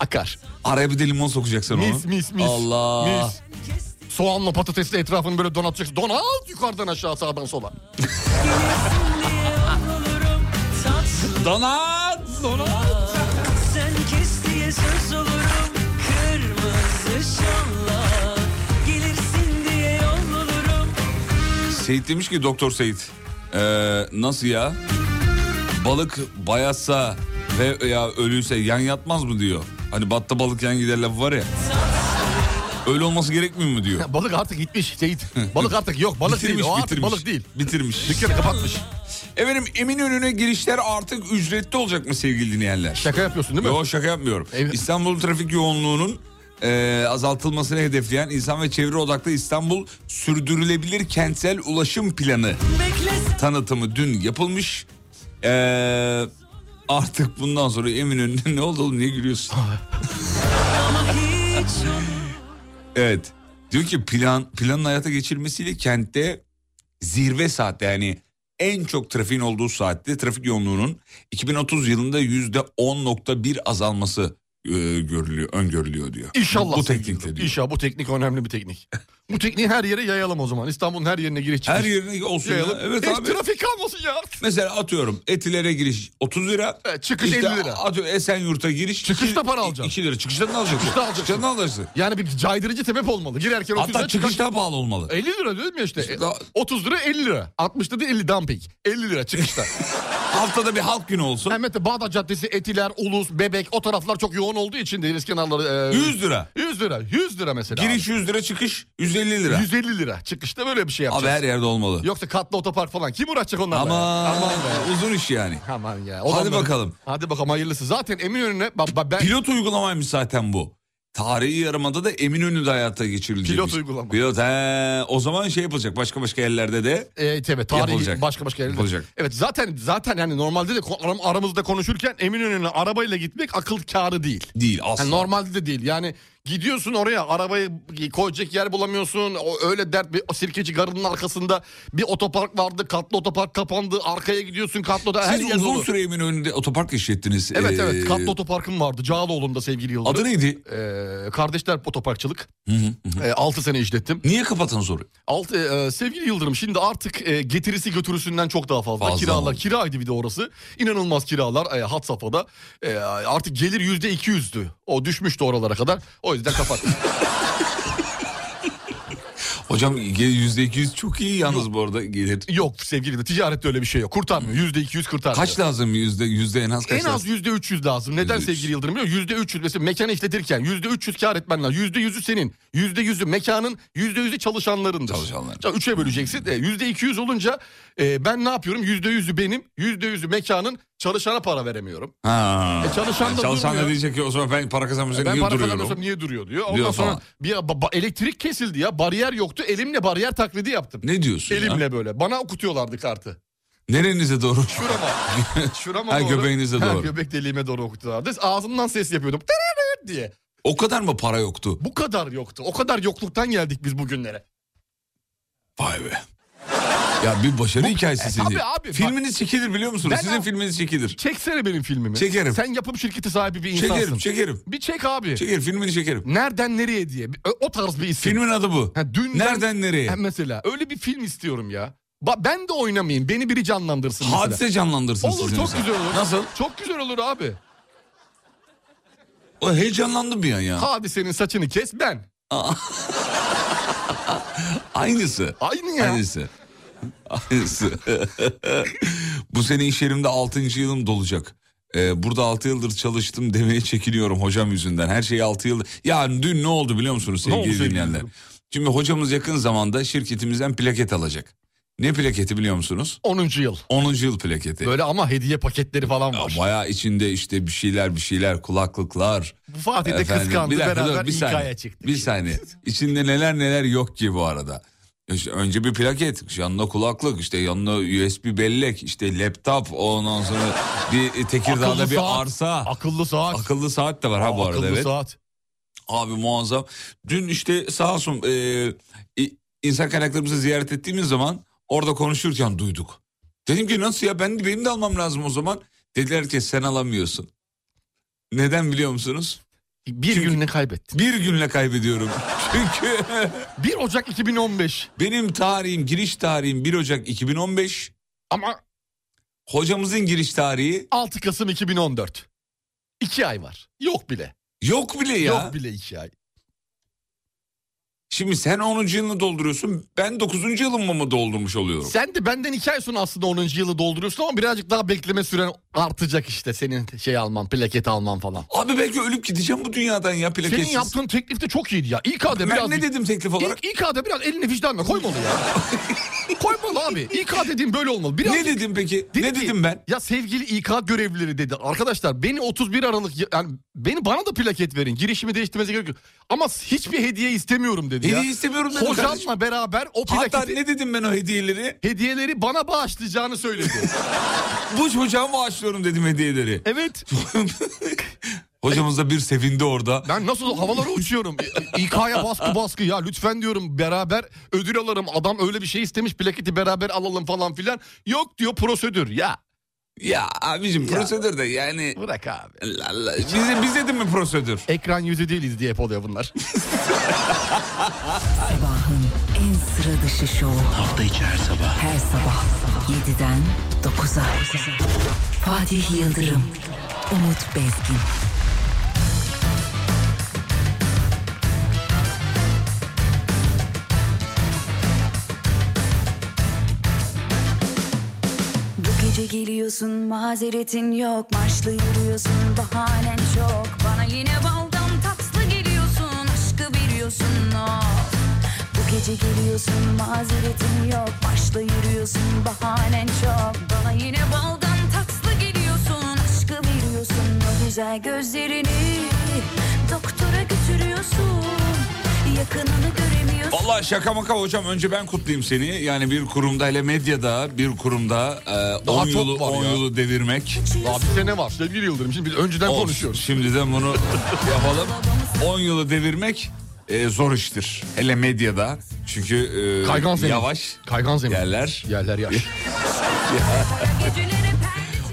S4: akar.
S6: Araya bir de limon sokacaksın onu.
S4: Mis mis mis.
S6: Allah.
S4: Mis. Soğanla patatesle etrafını böyle donatacaksın. Donat yukarıdan aşağı sağdan sola.
S6: Donat.
S8: Sen kes diye söz olurum kırmızı şanla. Gelirsin diye yol bulurum.
S6: Seyit demiş ki Doktor Seyit. Ee, nasıl ya? Balık bayatsa ve ya ölüyse yan yatmaz mı diyor. Hani batta balık yan gider lafı var ya. Öyle olması gerekmiyor mu diyor.
S4: Ya Balık artık gitmiş Seyit. Balık artık yok balık değil. O artık balık değil.
S6: Bitirmiş.
S4: Dükkanı kapatmış.
S6: Efendim Eminönü'ne girişler artık ücretli olacak mı sevgili dinleyenler?
S4: Şaka yapıyorsun değil mi?
S6: Yok şaka yapmıyorum.
S4: Evet.
S6: İstanbul trafik yoğunluğunun e, azaltılmasını hedefleyen insan ve çevre odaklı İstanbul Sürdürülebilir Kentsel Ulaşım Planı tanıtımı dün yapılmış. E, artık bundan sonra Eminönü'nde ne oldu oğlum niye gülüyorsun? evet. Diyor ki plan planın hayata geçirmesiyle kentte zirve saatte yani en çok trafiğin olduğu saatte trafik yoğunluğunun 2030 yılında %10.1 azalması e, görülüyor, öngörülüyor diyor.
S4: İnşallah.
S6: Bu
S4: sevgili
S6: teknikle
S4: Yıldırım.
S6: diyor.
S4: İnşallah bu teknik önemli bir teknik. bu tekniği her yere yayalım o zaman. İstanbul'un her yerine giriş çıkış.
S6: Her yerine olsun. ya.
S4: yayalım.
S6: Evet
S4: Hiç
S6: abi.
S4: trafik kalmasın ya.
S6: Mesela atıyorum Etiler'e giriş 30 lira.
S4: Evet, çıkış 50 lira.
S6: Atıyorum Esenyurt'a giriş.
S4: Çıkışta para alacaksın.
S6: 2 lira. Çıkışta ne alacaksın?
S4: Çıkışta alacaksın.
S6: Çıkışta ne alacaksın?
S4: Yani bir caydırıcı sebep olmalı. Girerken 30
S6: Hatta
S4: lira çıkar-
S6: çıkış daha pahalı
S4: E-
S6: olmalı.
S4: 50 lira dedim ya işte.
S6: İşte daha-
S4: 30 lira 50 lira. 60 dedi 50 dumping. 50 lira çıkışta.
S6: Haftada bir halk günü olsun.
S4: Elbette Bağdat Caddesi, Etiler, Ulus, Bebek o taraflar çok yoğun olduğu için deniz kenarları. e,
S6: 100 lira.
S4: 100 lira. 100 lira mesela. abi.
S6: Giriş 100 lira çıkış 150 lira.
S4: 150 lira. Çıkışta böyle bir şey yapacağız.
S6: Abi her yerde olmalı.
S4: Yoksa katlı otopark falan. Kim uğraşacak onlarla?
S6: Ama
S4: ya? Aman be.
S6: uzun iş yani.
S4: Aman ya.
S6: Hadi
S4: Adamların-
S6: bakalım.
S4: Hadi bakalım hayırlısı. Zaten Eminönü'ne ba- ba- ben
S6: Pilot uygulamaymış zaten bu. Tarihi yarımada da Eminönü'de hayata geçirilecek.
S4: Pilot uygulama.
S6: Pilot he. O zaman şey yapılacak başka başka yerlerde de.
S4: E, tabii tarihi
S6: Yapılacak.
S4: başka başka yerlerde.
S6: Yapılacak.
S4: Evet zaten zaten yani normalde de ko- aram- aramızda konuşurken Eminönü'ne arabayla gitmek akıl kârı değil.
S6: Değil asla.
S4: Yani normalde de değil. Yani gidiyorsun oraya arabayı koyacak yer bulamıyorsun. O öyle dert bir sirkeci garının arkasında bir otopark vardı. Katlı otopark kapandı. Arkaya gidiyorsun katlı otopark.
S6: Siz uzun süre Eminönü'nde otopark işlettiniz.
S4: Evet
S6: Ee,
S4: evet katlı otoparkım vardı. Cağaloğlu'nda sevgili Yıldırım.
S6: Adı neydi?
S4: Ee, kardeşler otoparkçılık.
S6: Hı hı, hı.
S4: 6 sene işlettim.
S6: Niye kapatan soru?
S4: Altı, e, sevgili Yıldırım şimdi artık e, getirisi götürüsünden çok daha fazla.
S6: Fazla
S4: Kiralar
S6: oldu.
S4: kiraydı bir de orası. İnanılmaz kiralar e, had safhada. E, artık gelir yüzde iki yüzdü. O düşmüştü oralara kadar. O yüzden kapat.
S6: Hocam yüzde iki yüz çok iyi yalnız bu arada gelir.
S4: yok sevgili de ticarette öyle bir şey yok. Kurtarmıyor. Yüzde iki yüz kurtarmıyor.
S6: Kaç lazım yüzde yüzde en az kaç
S4: en az
S6: lazım?
S4: yüzde üç yüz lazım. Neden
S6: %300?
S4: sevgili Yıldırım biliyor musun? Yüzde üç yüz mesela mekanı işletirken yüzde üç yüz kar etmen lazım. Yüzde yüzü senin. Yüzde yüzü mekanın yüzde yüzü çalışanlarındır.
S6: Çalışanların.
S4: Ya Üçe böleceksin. E, Yüzde iki yüz olunca e, ben ne yapıyorum? Yüzde yüzü benim. Yüzde yüzü mekanın çalışana para veremiyorum.
S6: Ha.
S4: E, çalışan da
S6: çalışan da
S4: durmuyor.
S6: diyecek ki o zaman ben para kazanmışım
S4: E, ben
S6: niye
S4: para
S6: duruyorum?
S4: kazanmıyorsam niye duruyor diyor. Ondan
S6: Diyor
S4: sonra
S6: falan.
S4: bir ba- ba- elektrik kesildi ya. Bariyer yoktu. Elimle bariyer taklidi yaptım.
S6: Ne diyorsun
S4: Elimle
S6: ya?
S4: böyle. Bana okutuyorlardı kartı.
S6: Nerenize doğru?
S4: Şurama. Şurama
S6: Ha,
S4: doğru.
S6: göbeğinize
S4: Ha,
S6: doğru.
S4: göbek deliğime doğru okutuyorlardı. Ağzımdan ses yapıyordum. Tırırır diye.
S6: O kadar mı para yoktu?
S4: Bu kadar yoktu. O kadar yokluktan geldik biz bugünlere.
S6: Vay be. Ya bir başarı
S4: Bu-
S6: hikayesi
S4: E,
S6: sizi.
S4: tabii abi, bak-
S6: Filminiz çekilir biliyor musunuz?
S4: Ben
S6: Sizin
S4: al-
S6: filminiz çekilir.
S4: Çeksene benim filmimi.
S6: Çekerim.
S4: Sen yapım şirketi sahibi bir insansın.
S6: Çekerim, çekerim.
S4: Bir çek abi.
S6: Çekerim, filmini çekerim.
S4: Nereden nereye diye. Bir- O tarz bir isim.
S6: Filmin adı bu.
S4: Ha, dünden-
S6: Nereden nereye?
S4: Ha, mesela öyle bir film istiyorum ya. Ba- ben de oynamayayım. Beni biri canlandırsın mesela.
S6: Hadise canlandırsın
S4: Olur
S6: sizin
S4: çok
S6: mesela.
S4: güzel olur.
S6: Nasıl?
S4: Çok güzel olur abi.
S6: O heyecanlandım bir an ya.
S4: Hadisenin saçını kes ben.
S6: Aynısı.
S4: Aynı ya.
S6: Aynısı. Aynısı. Bu sene iş yerimde 6. yılım dolacak. Ee, burada 6 yıldır çalıştım demeye çekiniyorum hocam yüzünden. Her şey 6 yıldır. Ya dün ne oldu biliyor musunuz
S4: Ne oldu
S6: sevgili
S4: sevgili
S6: dinleyenler?
S4: dinleyenler?
S6: Şimdi hocamız yakın zamanda şirketimizden plaket alacak. Ne plaketi biliyor musunuz?
S4: 10. yıl.
S6: 10. yıl plaketi.
S4: Böyle ama hediye paketleri falan var.
S6: Ya bayağı içinde işte bir şeyler bir şeyler kulaklıklar.
S4: Bu Fatih de
S6: Efendim,
S4: kıskandı
S6: bir dakika,
S4: beraber
S6: dur, bir
S4: İK'ya
S6: saniye,
S4: çıktık.
S6: Bir saniye. İçinde neler neler yok ki bu arada. İşte önce bir plaket, yanına kulaklık, işte yanına USB bellek, işte laptop, ondan sonra bir Tekirdağ'da
S4: Akıllı
S6: bir
S4: saat.
S6: arsa.
S4: Akıllı saat.
S6: Akıllı saat de var ha bu arada
S4: Akıllı
S6: evet.
S4: saat.
S6: Abi muazzam. Dün işte sağ olsun e, i- insan kaynaklarımızı ziyaret ettiğimiz zaman orada konuşurken duyduk. Dedim ki nasıl ya ben benim de almam lazım o zaman. Dediler ki sen alamıyorsun. Neden biliyor musunuz?
S4: Bir
S6: Çünkü-
S4: gününü kaybettin.
S6: Bir günle kaybediyorum. Çünkü
S4: 1 Ocak 2015.
S6: benim tarihim giriş tarihim 1 Ocak 2015.
S4: Ama
S6: Hocamızın giriş tarihi
S4: 6 Kasım 2014. 2 ay var. Yok bile.
S6: yok bile ya.
S4: Yok bile 2 ay.
S6: Şimdi sen 10. yılını dolduruyorsun. Ben 9. yılımı mı doldurmuş oluyorum?
S4: Sen de benden 2 ay sonra aslında 10. yılı dolduruyorsun ama birazcık daha bekleme süren artacak işte senin şey alman, plaket alman falan.
S6: Abi belki ölüp gideceğim bu dünyadan ya plaketsiz.
S4: Senin yaptığın teklif de çok iyiydi ya. İK'da
S6: Ben
S4: biraz...
S6: ne dedim teklif olarak?
S4: İlk İK'da biraz elini vicdanla koymalı ya. koymalı abi. İK dediğim böyle olmalı. Biraz
S6: Ne dedim peki?
S4: Dedi
S6: ne
S4: ki,
S6: dedim ben?
S4: Ya sevgili İK görevlileri dedi. Arkadaşlar beni 31 Aralık yani beni bana da plaket verin. Girişimi değiştirmenize gerek yok. Ama hiçbir hediye istemiyorum dedi ya.
S6: Hediye istemiyorum dedim
S4: Hocamla
S6: kardeşim.
S4: beraber o plaketi
S6: Hatta ne dedim ben o hediyeleri?
S4: hediyeleri bana bağışlayacağını söyledi.
S6: Bu çocuğa bağışlıyorum dedim hediyeleri.
S4: evet.
S6: Hocamız da bir sevindi orada.
S4: Ben nasıl havalara uçuyorum. İK'ya baskı baskı ya lütfen diyorum beraber ödül alırım. Adam öyle bir şey istemiş plaketi beraber alalım falan filan. Yok diyor prosedür ya.
S6: Ya abicim prosedür de yani...
S4: Bırak abi.
S6: Allah Allah. Bize, bize de mi prosedür?
S4: Ekran yüzü değiliz diye hep oluyor bunlar.
S1: Sabahın en sıra dışı şovu.
S5: Hafta içi her sabah.
S1: Her sabah 7'den 9'a. Fatih Yıldırım, Umut Bezgin. Bu gece
S9: Önce geliyorsun mazeretin yok Marşlı yürüyorsun bahanen çok Bana yine baldan tatlı geliyorsun Aşkı veriyorsun o Bu gece geliyorsun mazeretin yok Marşlı yürüyorsun bahanen çok Bana yine baldan tatlı geliyorsun Aşkı veriyorsun o güzel gözlerini Doktora götürüyorsun Yakınını göremiyorsun
S6: Vallahi şaka maka hocam önce ben kutlayayım seni. Yani bir kurumda hele medyada bir kurumda e,
S4: Daha
S6: 10
S4: çok
S6: yılı,
S4: var
S6: 10
S4: ya.
S6: yılı devirmek.
S4: Daha bize ne var sevgili Yıldırım? Şimdi biz önceden
S6: Olsun.
S4: konuşuyoruz.
S6: Şimdiden bunu yapalım. 10 yılı devirmek e, zor iştir. Hele medyada. Çünkü e,
S4: Kaygan zemin.
S6: yavaş
S4: Kaygan zemin.
S6: yerler.
S4: Yerler yaş.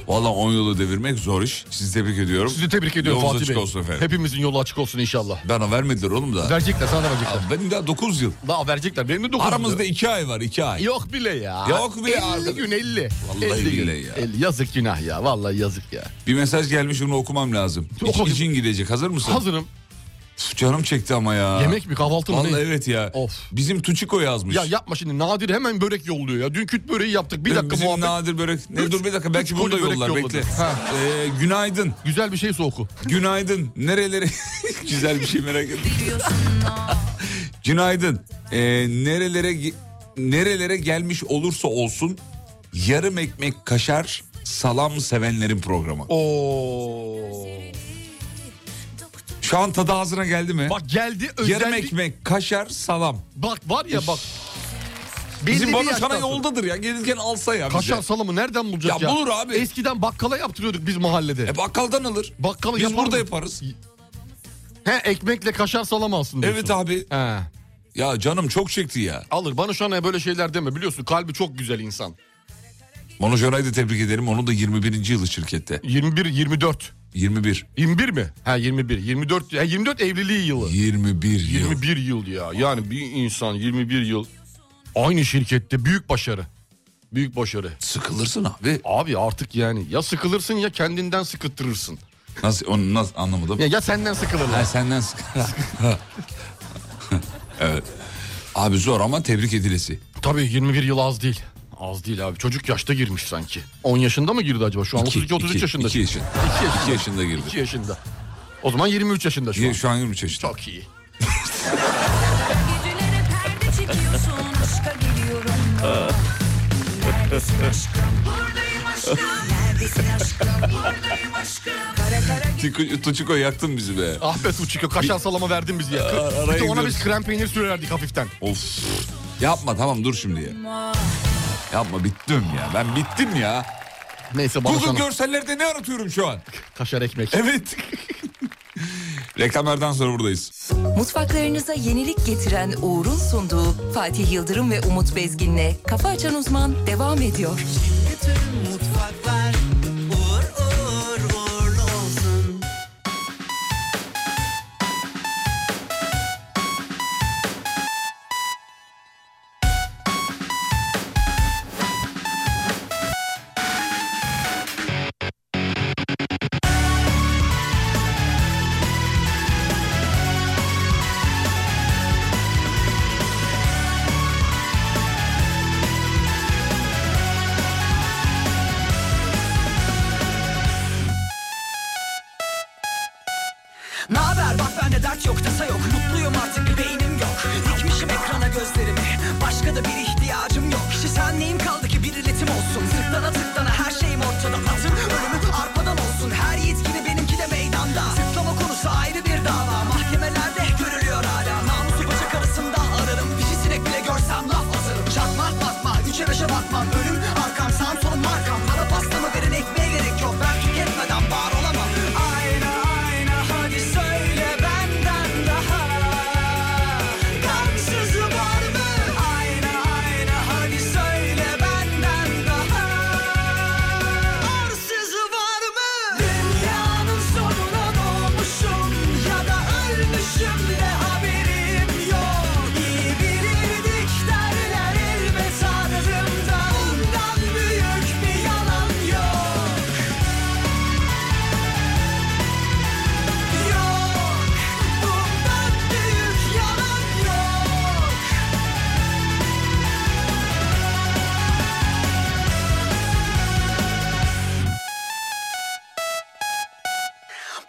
S6: Valla 10 yılı devirmek zor iş. Sizi tebrik ediyorum.
S4: Sizi tebrik ediyorum
S6: Yolunuz
S4: Fatih
S6: açık
S4: Bey.
S6: olsun efendim.
S4: Hepimizin yolu açık olsun inşallah.
S6: Bana vermediler oğlum da.
S4: Verecekler sana da verecekler.
S6: Benim daha 9 yıl.
S4: Daha verecekler. Benim de 9
S6: Aramızda 2 ay var 2 ay.
S4: Yok bile ya.
S6: Yok bile
S4: 50
S6: arkadaş.
S4: gün 50.
S6: Vallahi
S4: 50 gün.
S6: bile ya.
S4: 50. Yazık günah ya. Vallahi yazık ya.
S6: Bir mesaj gelmiş onu okumam lazım. İç,
S4: Okuyun.
S6: için gidecek. Hazır mısın?
S4: Hazırım.
S6: Üf, Canım çekti ama ya.
S4: Yemek mi kahvaltı mı? ne?
S6: Vallahi evet ya.
S4: Of.
S6: Bizim Tuçiko yazmış.
S4: Ya yapma şimdi Nadir hemen börek yolluyor ya. Dün küt böreği yaptık. Bir dakika
S6: Bizim
S4: muhabbet.
S6: nadir börek. Ne,
S4: Üç-
S6: dur bir dakika belki
S4: üç
S6: bunu da
S4: koli börek
S6: yollar
S4: yolladı.
S6: bekle.
S4: Ha.
S6: Ee, günaydın.
S4: Güzel bir şey soku.
S6: Günaydın. Nereleri? Güzel bir şey merak ettim. günaydın. Ee, nerelere ge- nerelere gelmiş olursa olsun yarım ekmek kaşar salam sevenlerin programı.
S4: Oo.
S6: Şu an tadı ağzına geldi mi?
S4: Bak geldi
S6: yarım
S4: özellik.
S6: ekmek kaşar salam.
S4: Bak var ya bak. Belli
S6: Bizim
S4: bir
S6: bana
S4: yaştan
S6: sana
S4: sonra-
S6: yoldadır ya. Gelirken alsa ya. bize.
S4: Kaşar salamı nereden bulacak
S6: Ya
S4: ya?
S6: bulur abi.
S4: Eskiden bakkala yaptırıyorduk biz mahallede.
S6: E bakkaldan alır.
S4: Bakkala
S6: Biz
S4: yapar
S6: burada
S4: mı?
S6: yaparız.
S4: He ekmekle kaşar salamı alsın diyorsun.
S6: Evet abi.
S4: He.
S6: Ya canım çok çekti ya.
S4: Alır. Bana şu an e, böyle şeyler deme. Biliyorsun kalbi çok güzel insan.
S6: Mono Joray'ı da tebrik ederim. Onun da 21. yılı şirkette.
S4: 21 24.
S6: 21.
S4: 21 mi? Ha 21. 24 ha, 24 evliliği yılı.
S6: 21 yıl.
S4: 21 yıl ya. Yani bir insan 21 yıl aynı şirkette büyük başarı. Büyük başarı.
S6: Sıkılırsın abi.
S4: Abi artık yani ya sıkılırsın ya kendinden sıkıttırırsın.
S6: Nasıl onu nasıl anlamadım?
S4: Ya, ya senden
S6: Ha,
S4: sıkılırlar.
S6: senden sık. evet. Abi zor ama tebrik edilesi.
S4: Tabii 21 yıl az değil. Az değil abi. Çocuk yaşta girmiş sanki. 10 yaşında mı girdi acaba? Şu an 32 33 yaşında.
S6: 2
S4: 2
S6: yaşında. 2 yaşında girdi.
S4: yaşında. O zaman 23 yaşında şu an.
S6: Şu an 23 yaşında.
S4: Çok iyi.
S9: Gecelere perde çekiyorsun aşka geliyorum Neredesin aşkım buradayım aşkım Neredesin aşkım buradayım aşkım Kara kara
S6: Tuçiko- Tuçiko yaktın bizi be.
S4: Ah be Tuçika kaşar salama verdin bizi ya.
S6: araya
S4: Bir de ona
S6: gidiyoruz.
S4: biz krem peynir sürerdik hafiften.
S6: Of. Yapma tamam dur şimdi ya. Yapma bittim ya. Ben bittim ya.
S4: Neyse bana
S6: Google
S4: sana
S6: görsellerde ne aratıyorum şu an?
S4: kaşar ekmek.
S6: Evet. Reklamlardan sonra buradayız.
S1: Mutfaklarınıza yenilik getiren Uğur'un sunduğu Fatih Yıldırım ve Umut Bezgin'le Kafa Açan Uzman devam ediyor.
S8: Bütün mutfaklar uğur uğur uğurlu olsun. Ne haber bak bende dert yok tasa yok Mutluyum artık bir beynim yok Dikmişim ekrana gözlerimi Başka da bir ihtiyacım yok Kişisel neyim kaldı ki bir iletim olsun Tıklana tıklana her şeyim ortada Atım ölümü arpadan olsun Her yiğit gibi benimki de meydanda Tıklama konusu ayrı bir dava Mahkemelerde görülüyor hala Namusu bacak arasında ararım Dişi sinek bile görsem laf atarım Çakma bakma üçe beşe bakmam Ölüm arkam sağım solum markam Para pastamı veren ekmeğe gerek yok Ben tüketmeden var olamam Ayna ayna hadi söyle benden daha Kansız var mı? Ayna ayna hadi söyle benden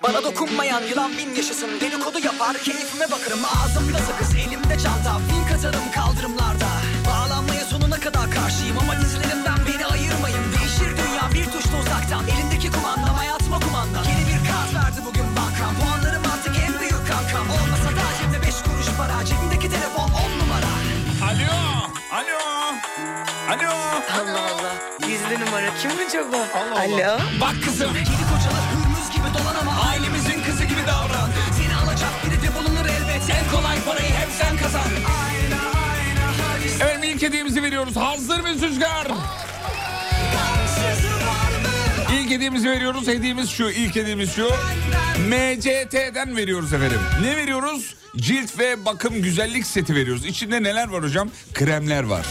S8: Bana dokunmayan yılan bin yaşasın Dedikodu yapar keyfime bakarım Ağzımda sakız elimde çanta Fin katarım kaldırımlarda Bağlanmaya sonuna kadar karşıyım Ama dizlerimden beni ayırmayın Değişir dünya bir tuşla uzaktan Elimdeki kumanda hayatıma kumanda Yeni bir kart verdi bugün bankam Puanlarım artık en büyük kankam Olmasa da cebimde beş kuruş para Cebimdeki telefon on numara
S6: Alo. Alo. Alo.
S10: Allah Allah. Gizli numara kim acaba? Allah Alo.
S6: Bak kızım.
S8: Kedi kocalar hürmüz gibi dolan ama Ailemizin kızı gibi davran Seni alacak biri de bulunur elbet En kolay parayı hep sen kazan Ayna ayna hadi
S6: Evet ilk hediyemizi veriyoruz. Hazır mı Süzgar? İlk hediyemizi veriyoruz. Hediyemiz şu. ilk hediyemiz şu. MCT'den veriyoruz efendim. Ne veriyoruz? Cilt ve bakım güzellik seti veriyoruz. İçinde neler var hocam? Kremler var.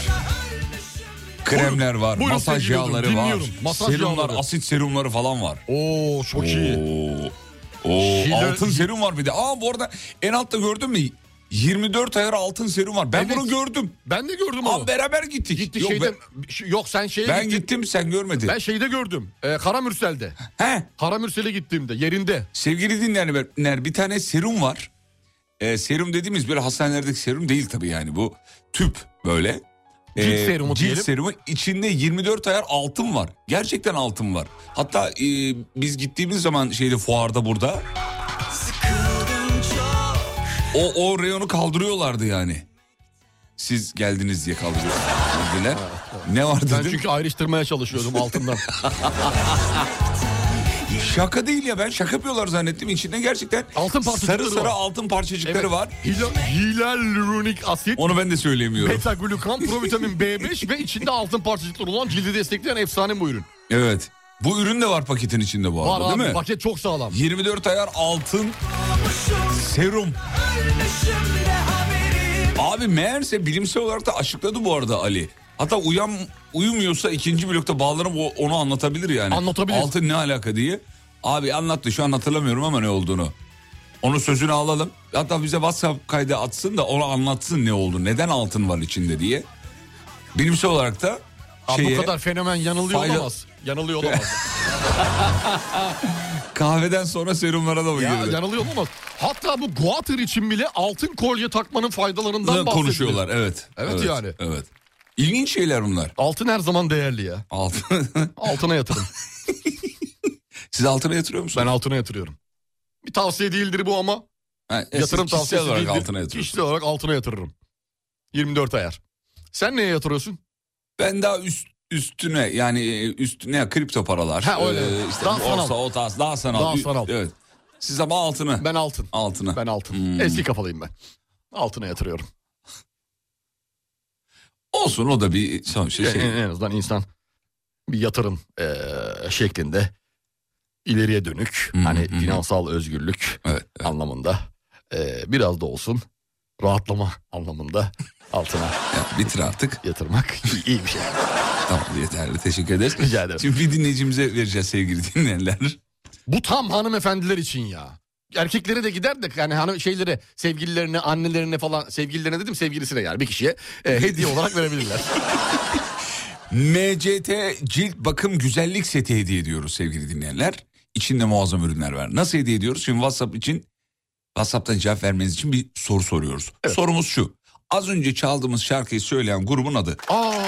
S6: Kremler var,
S4: buyurun
S6: masaj
S4: sevgili hocam,
S6: yağları var,
S4: dinliyorum. Masaj
S6: serumlar,
S4: yağları.
S6: asit serumları falan var.
S4: Oo çok iyi.
S6: Oo,
S4: Şile-
S6: altın serum var bir de. Aa bu arada en altta gördün mü? 24 ayar altın serum var. Ben bunu gördüm.
S4: Ben de gördüm
S6: Aa,
S4: onu.
S6: beraber gittik.
S4: Gitti
S6: Yok,
S4: şeyde
S6: ben-
S4: Ş- yok sen şeye
S6: ben
S4: gittin.
S6: gittim sen görmedin.
S4: Ben şeyde gördüm. Ee, Karamürsel'de.
S6: He.
S4: Karamürsel'e gittiğimde yerinde.
S6: Sevgili dinleyenler bir tane serum var. Ee, serum dediğimiz böyle hastanelerdeki serum değil tabii yani bu tüp böyle.
S4: Cilt
S6: Ee,
S4: serumu
S6: cilt
S4: diyelim.
S6: serumu içinde 24 ayar altın var. Gerçekten altın var. Hatta e, biz gittiğimiz zaman şeyde fuarda burada o o reyonu kaldırıyorlardı yani. Siz geldiniz diye kaldırıyorlar. ne var
S4: Ben
S6: dedim.
S4: çünkü ayrıştırmaya çalışıyordum altından.
S6: Şaka değil ya ben şaka yapıyorlar zannettim. İçinde gerçekten altın
S4: parçacıkları
S6: sarı sarı
S4: var.
S6: altın parçacıkları var.
S4: Hila- Hiyaluronik asit.
S6: Onu ben de söyleyemiyorum.
S4: Beta glukan, provitamin B5 ve içinde altın parçacıkları olan cildi destekleyen efsane bu ürün.
S6: Evet. Bu ürün de var paketin içinde bu arada
S4: Var abi
S6: değil mi?
S4: paket çok sağlam.
S6: 24 ayar altın serum. Abi meğerse bilimsel olarak da açıkladı bu arada Ali. Hatta uyan uyumuyorsa ikinci blokta bağlanıp o- onu anlatabilir yani.
S4: Anlatabilir.
S6: Altın ne alaka diye. Abi anlattı şu an hatırlamıyorum ama ne olduğunu. Onun sözünü alalım. Hatta bize WhatsApp kaydı atsın da onu anlatsın ne oldu. Neden altın var içinde diye. Bilimsel olarak da
S4: Abi
S6: şeye-
S4: bu kadar fenomen yanılıyor
S6: fayda- Şey,
S4: olamaz. Yanılıyor olamaz.
S6: kahveden sonra serumlara da mı
S4: ya,
S6: girdi?
S4: yanılıyor olamaz. Hatta bu guatr için bile altın kolye takmanın faydalarından
S6: Bundan
S4: bahsediyor.
S6: konuşuyorlar evet.
S4: Evet yani.
S6: Evet. İlginç şeyler bunlar.
S4: Altın her zaman değerli ya.
S6: Altın.
S4: Altına yatırın.
S6: Siz altına yatırıyor musunuz?
S4: Ben altına yatırıyorum. Bir tavsiye değildir bu ama
S6: Ha, e, siz
S4: yatırım
S6: kişisel
S4: tavsiyesi
S6: olarak
S4: değildir.
S6: altına yatırıyorsunuz.
S4: Kişisel olarak altına yatırırım. 24 ayar. Sen neye yatırıyorsun?
S6: Ben daha üst üstüne yani e, üstüne kripto paralar.
S4: Ha, öyle.
S6: e, işte
S4: Daha
S6: bu
S4: sanal.
S6: Orsa, o tarz, daha sanal.
S4: Daha
S6: Ü-
S4: sanal.
S6: Evet. Siz ama altına.
S4: Ben altın.
S6: Altına.
S4: Ben altın.
S6: Hmm.
S4: Eski kafalıyım ben. Altına yatırıyorum.
S6: Olsun o da bir sonuçta
S4: En-
S6: şey.
S4: en, en azından insan bir yatırım eee, şeklinde ileriye dönük hani finansal özgürlük anlamında eee, biraz da olsun rahatlama anlamında altına
S6: bitir artık
S4: yatırmak iyi- iyi bir şey.
S6: tamam yeterli teşekkür ederiz.
S4: Rica ederim.
S6: Şimdi bir dinleyicimize vereceğiz sevgili dinleyenler.
S4: Bu tam hanımefendiler için ya. Erkeklere de gider de yani hanım şeylere sevgililerine annelerine falan sevgililerine dedim sevgilisine yani bir kişiye eee, hediye olarak verebilirler.
S6: MCT cilt bakım güzellik seti hediye ediyoruz sevgili dinleyenler. İçinde muazzam ürünler var. Nasıl hediye ediyoruz? Şimdi WhatsApp için WhatsApp'tan cevap vermeniz için bir soru soruyoruz. Sorumuz şu. Az önce çaldığımız şarkıyı söyleyen grubun adı.
S4: Aa.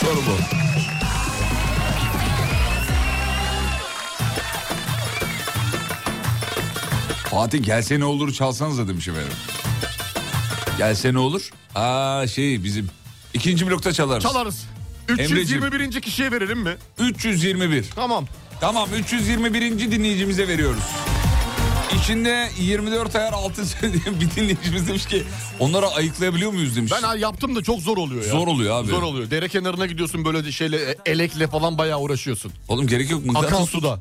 S6: Soru bu. Fatih gelse ne olur çalsanız da demiş efendim. Gelse ne olur? Aa şey bizim ikinci blokta çalarız.
S4: Çalarız.
S6: Emreciğim.
S4: 321. kişiye verelim mi?
S6: 321.
S4: Tamam.
S6: Tamam 321. dinleyicimize veriyoruz. İçinde 24 ayar altın söyleyen bir dinleyicimiz demiş ki onlara ayıklayabiliyor muyuz demiş.
S4: Ben ha- yaptım da çok zor oluyor ya.
S6: Zor oluyor abi.
S4: Zor oluyor. Dere kenarına gidiyorsun böyle şeyle e, elekle falan bayağı uğraşıyorsun.
S6: Oğlum gerek yok mıknatıs
S4: Akan
S6: tut.
S4: suda.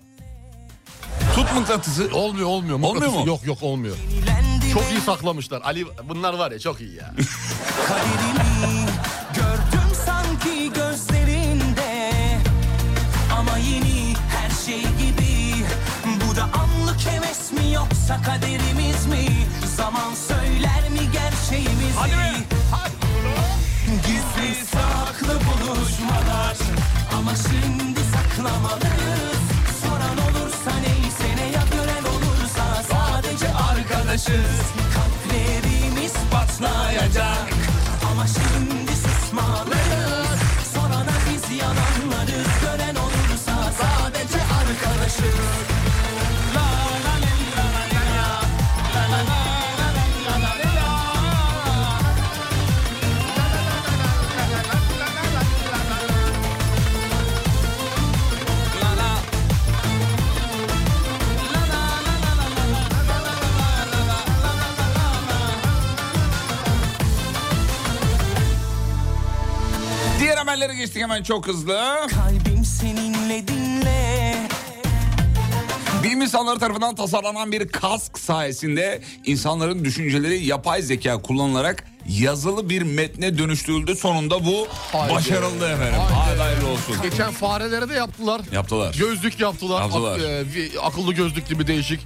S6: Tut mıknatısı.
S4: Olmuyor olmuyor. mıknatısı
S6: Olmuyor mu?
S4: Yok yok olmuyor. Çok iyi saklamışlar. Ali bunlar var ya çok iyi ya.
S10: Kaderimi gördüm sanki gözlerinde Ama yeni her şey gibi Bu da anlık heves mi yoksa kaderimiz mi Zaman söyler mi gerçeğimizi Gizli saklı buluşmalar Ama şimdi saklamalıyız Soran olursa neyse ne yapıyoruz
S11: savaşır Kalplerimiz patlayacak Ama şimdi susmalıyız Sonra da biz yalanlarız Gören olursa sadece arkadaşız La la la la la la la. La la la la la la la la.
S6: Diğer haberlere geçtik hemen çok hızlı.
S11: Kalbim seninle dinle
S6: Bilim insanları tarafından tasarlanan bir kask sayesinde insanların düşünceleri yapay zeka kullanılarak yazılı bir metne dönüştürüldü. Sonunda bu başarıldı efendim. Haydi hayırlı olsun.
S4: Geçen farelere de yaptılar.
S6: Yaptılar.
S4: Gözlük yaptılar.
S6: Yaptılar. Hmm.
S4: Ak- e, vi- akıllı gözlük gibi değişik.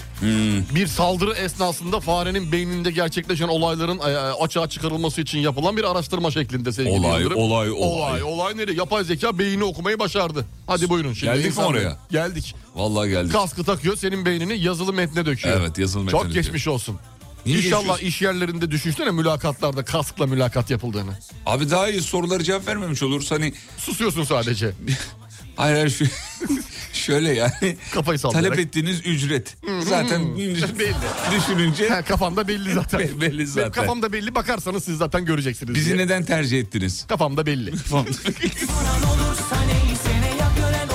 S4: Bir saldırı esnasında farenin beyninde gerçekleşen olayların e, açığa çıkarılması için yapılan bir araştırma şeklinde sevgili
S6: Olay,
S4: Yıldırım.
S6: olay, olay.
S4: Olay, olay nereye? Yapay zeka beynini okumayı başardı. Hadi buyurun şimdi.
S6: Geldik mi
S4: insan
S6: oraya?
S4: beyni. Geldik.
S6: Vallahi geldik.
S4: Kaskı takıyor senin beynini yazılı metne döküyor.
S6: Evet, yazılı metne
S4: Çok
S6: döküyor.
S4: geçmiş olsun.
S6: Niye
S4: İnşallah
S6: geçiyorsun?
S4: iş yerlerinde düşünsene mülakatlarda kaskla mülakat yapıldığını.
S6: Abi daha iyi soruları cevap vermemiş olursa hani...
S4: Susuyorsun sadece.
S6: hayır hayır şu... şöyle yani...
S4: Kafayı sallayarak.
S6: Talep ettiğiniz ücret.
S4: Hı,
S6: Zaten
S4: hı. belli.
S6: düşününce...
S4: Ha, kafamda belli zaten.
S6: Be- belli zaten.
S4: Benim kafamda belli bakarsanız siz zaten göreceksiniz.
S6: Bizi
S4: diye.
S6: neden tercih ettiniz?
S4: Kafamda belli.
S11: olursa neyse ne yap gören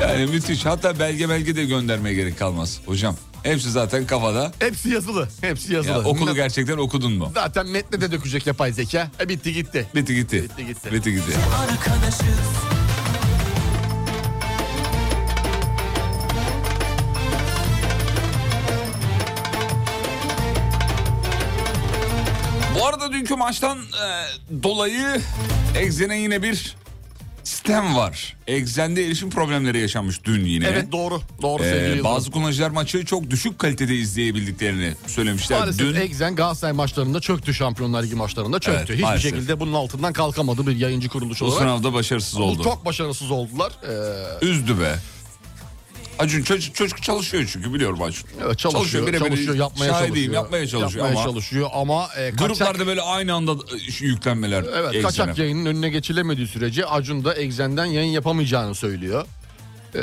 S11: olursa
S6: Yani müthiş. Hatta belge belge de göndermeye gerek kalmaz hocam. Hepsi zaten kafada.
S4: Hepsi yazılı. Hepsi yazılı.
S6: Ya okulu
S4: Ne-
S6: gerçekten okudun mu?
S4: Zaten metne de dökecek yapay zeka. E bitti gitti.
S6: Bitti gitti.
S4: Bitti gitti.
S6: Bitti gitti.
S11: arkadaşız
S6: Bu arada dünkü maçtan e, dolayı Egzen'e yine bir sistem var. Egzen'de erişim problemleri yaşanmış dün yine.
S4: Evet doğru. Doğru
S6: Ee,
S4: sevgili Yıldırım.
S6: E? bazı kullanıcılar maçı çok düşük kalitede izleyebildiklerini söylemişler.
S4: Maalesef
S6: dün
S4: Egzen Galatasaray maçlarında çöktü. Şampiyonlar Ligi maçlarında çöktü.
S6: Evet,
S4: Hiçbir
S6: maalesef.
S4: şekilde bunun altından kalkamadı bir yayıncı kuruluş
S6: o
S4: olarak.
S6: sınavda başarısız
S4: Bu
S6: oldu.
S4: Çok başarısız oldular. Ee,
S6: Üzdü be. Acun çocuk, çocuk çalışıyor çünkü biliyorum Acun.
S4: evet, çalışıyor, çalışıyor,
S6: birebir
S4: yapmaya
S6: şahidiyim,
S4: çalışıyor.
S6: yapmaya çalışıyor
S4: Yapmaya
S6: ama.
S4: çalışıyor ama e, kaçak-
S6: Gruplarda böyle aynı anda e, şu yüklenmeler.
S4: Evet
S6: Egzen'e.
S4: kaçak yayının önüne geçilemediği sürece Acun da Egzen'den yayın yapamayacağını söylüyor. Ee,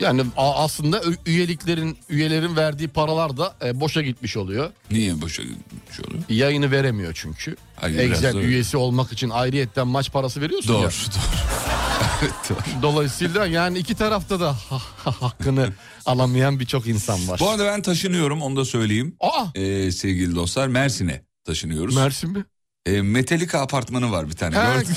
S4: yani a- aslında ü- üyeliklerin üyelerin verdiği paralar da e, boşa gitmiş oluyor.
S6: Niye boşa gitmiş oluyor?
S4: Yayını veremiyor çünkü.
S6: Hayır,
S4: Egzen
S6: biraz da-
S4: üyesi olmak için ayrıyetten maç parası veriyorsun
S6: Doğru,
S4: ya.
S6: doğru.
S4: Dolayısıyla yani iki tarafta da ha- ha- hakkını alamayan birçok insan var.
S6: Bu arada ben taşınıyorum onu da söyleyeyim. Ee, sevgili dostlar Mersin'e taşınıyoruz.
S4: Mersin mi?
S6: Ee, Metallica apartmanı var bir tane. gördün mü?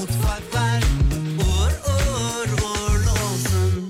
S11: mutfaklar uğur uğur uğurlu olsun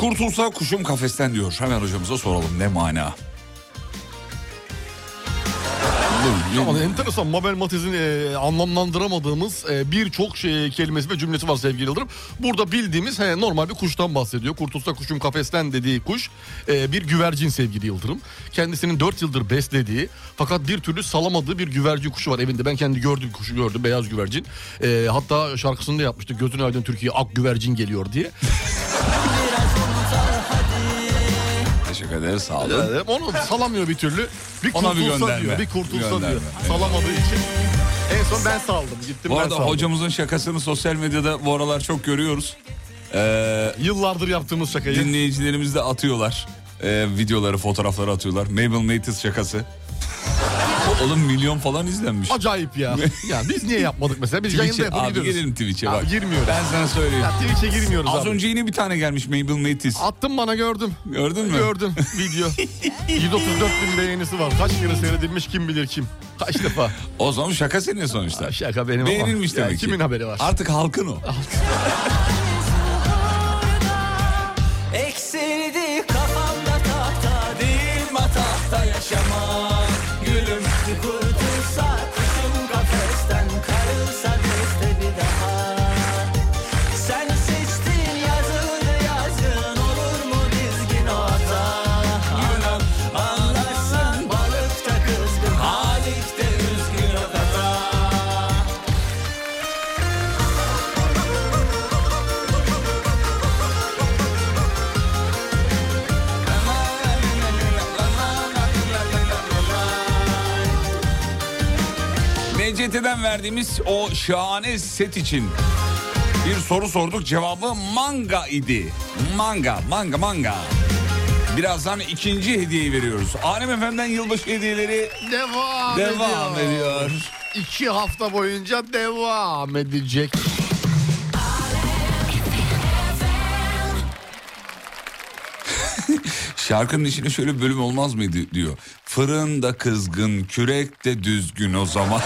S6: Kurtulsa kuşum kafesten diyor. Hemen hocamıza soralım ne mana.
S4: Ama enteresan Mabel Matiz'in e, anlamlandıramadığımız e, birçok şey, kelimesi ve cümlesi var sevgili Yıldırım. Burada bildiğimiz he, normal bir kuştan bahsediyor. Kurtulsa kuşum kafesten dediği kuş e, bir güvercin sevgili Yıldırım. Kendisinin 4 yıldır beslediği fakat bir türlü salamadığı bir güvercin kuşu var evinde. Ben kendi gördüm kuşu gördüm beyaz güvercin. E, hatta şarkısını da yapmıştı. Gözün aydın Türkiye ak güvercin geliyor diye.
S6: Teşekkür ederiz sağ olun.
S4: Evet, E, onu salamıyor bir türlü.
S6: Ona
S4: Bir kurtulsa
S6: bir gönderme.
S4: diyor. Bir kurtulsa
S6: Gönderme.
S4: diyor. Salamadığı için. En son ben saldım. Gittim
S6: Bu
S4: ben
S6: arada
S4: saldım.
S6: hocamızın şakasını sosyal medyada bu aralar çok görüyoruz. Ee,
S4: Yıllardır yaptığımız şakayı.
S6: Dinleyicilerimiz de atıyorlar. Ee, videoları, fotoğrafları atıyorlar. Mabel Matiz şakası. O- Oğlum milyon falan izlenmiş.
S4: Acayip ya. ya biz niye yapmadık mesela? Biz yayında
S6: Twitch'e-
S4: yapıp
S6: abi
S4: gidiyoruz.
S6: gelelim Twitch'e
S4: Abi
S6: bak.
S4: girmiyoruz.
S6: Ben sana söyleyeyim.
S4: Ya Twitch'e girmiyoruz
S6: Az
S4: abi.
S6: önce yine bir tane gelmiş Mabel Matiz.
S4: Attın bana gördüm.
S6: Gördün mü?
S4: Gördüm video. 134 bin beğenisi var. Kaç kere seyredilmiş kim bilir kim. Kaç defa.
S6: O zaman şaka senin sonuçta.
S4: şaka benim ama.
S6: Beğenilmiş
S4: Ya
S6: demek ki.
S4: kimin haberi var?
S6: Artık halkın o.
S11: Eksildi kafamda tahta değil matahta yaşamak Gülüm kurtulsa kuşum kafesten karılsa bizde bir daha Sen seçtin yazıldı yazın olur mu dizgin orta Günah anlarsın balıkta kızgın Halik de üzgün o kadar
S6: NCT'den verdiğimiz o şahane set için bir soru sorduk. Cevabı manga idi. Manga, manga, manga. Birazdan ikinci hediyeyi veriyoruz. Alem Efendim'den yılbaşı hediyeleri
S4: Devam,
S6: devam ediyor.
S4: İki hafta boyunca devam edecek.
S6: Şarkının içinde şöyle bir bölüm olmaz mıydı diyor. Fırın da kızgın, kürek de düzgün o zaman.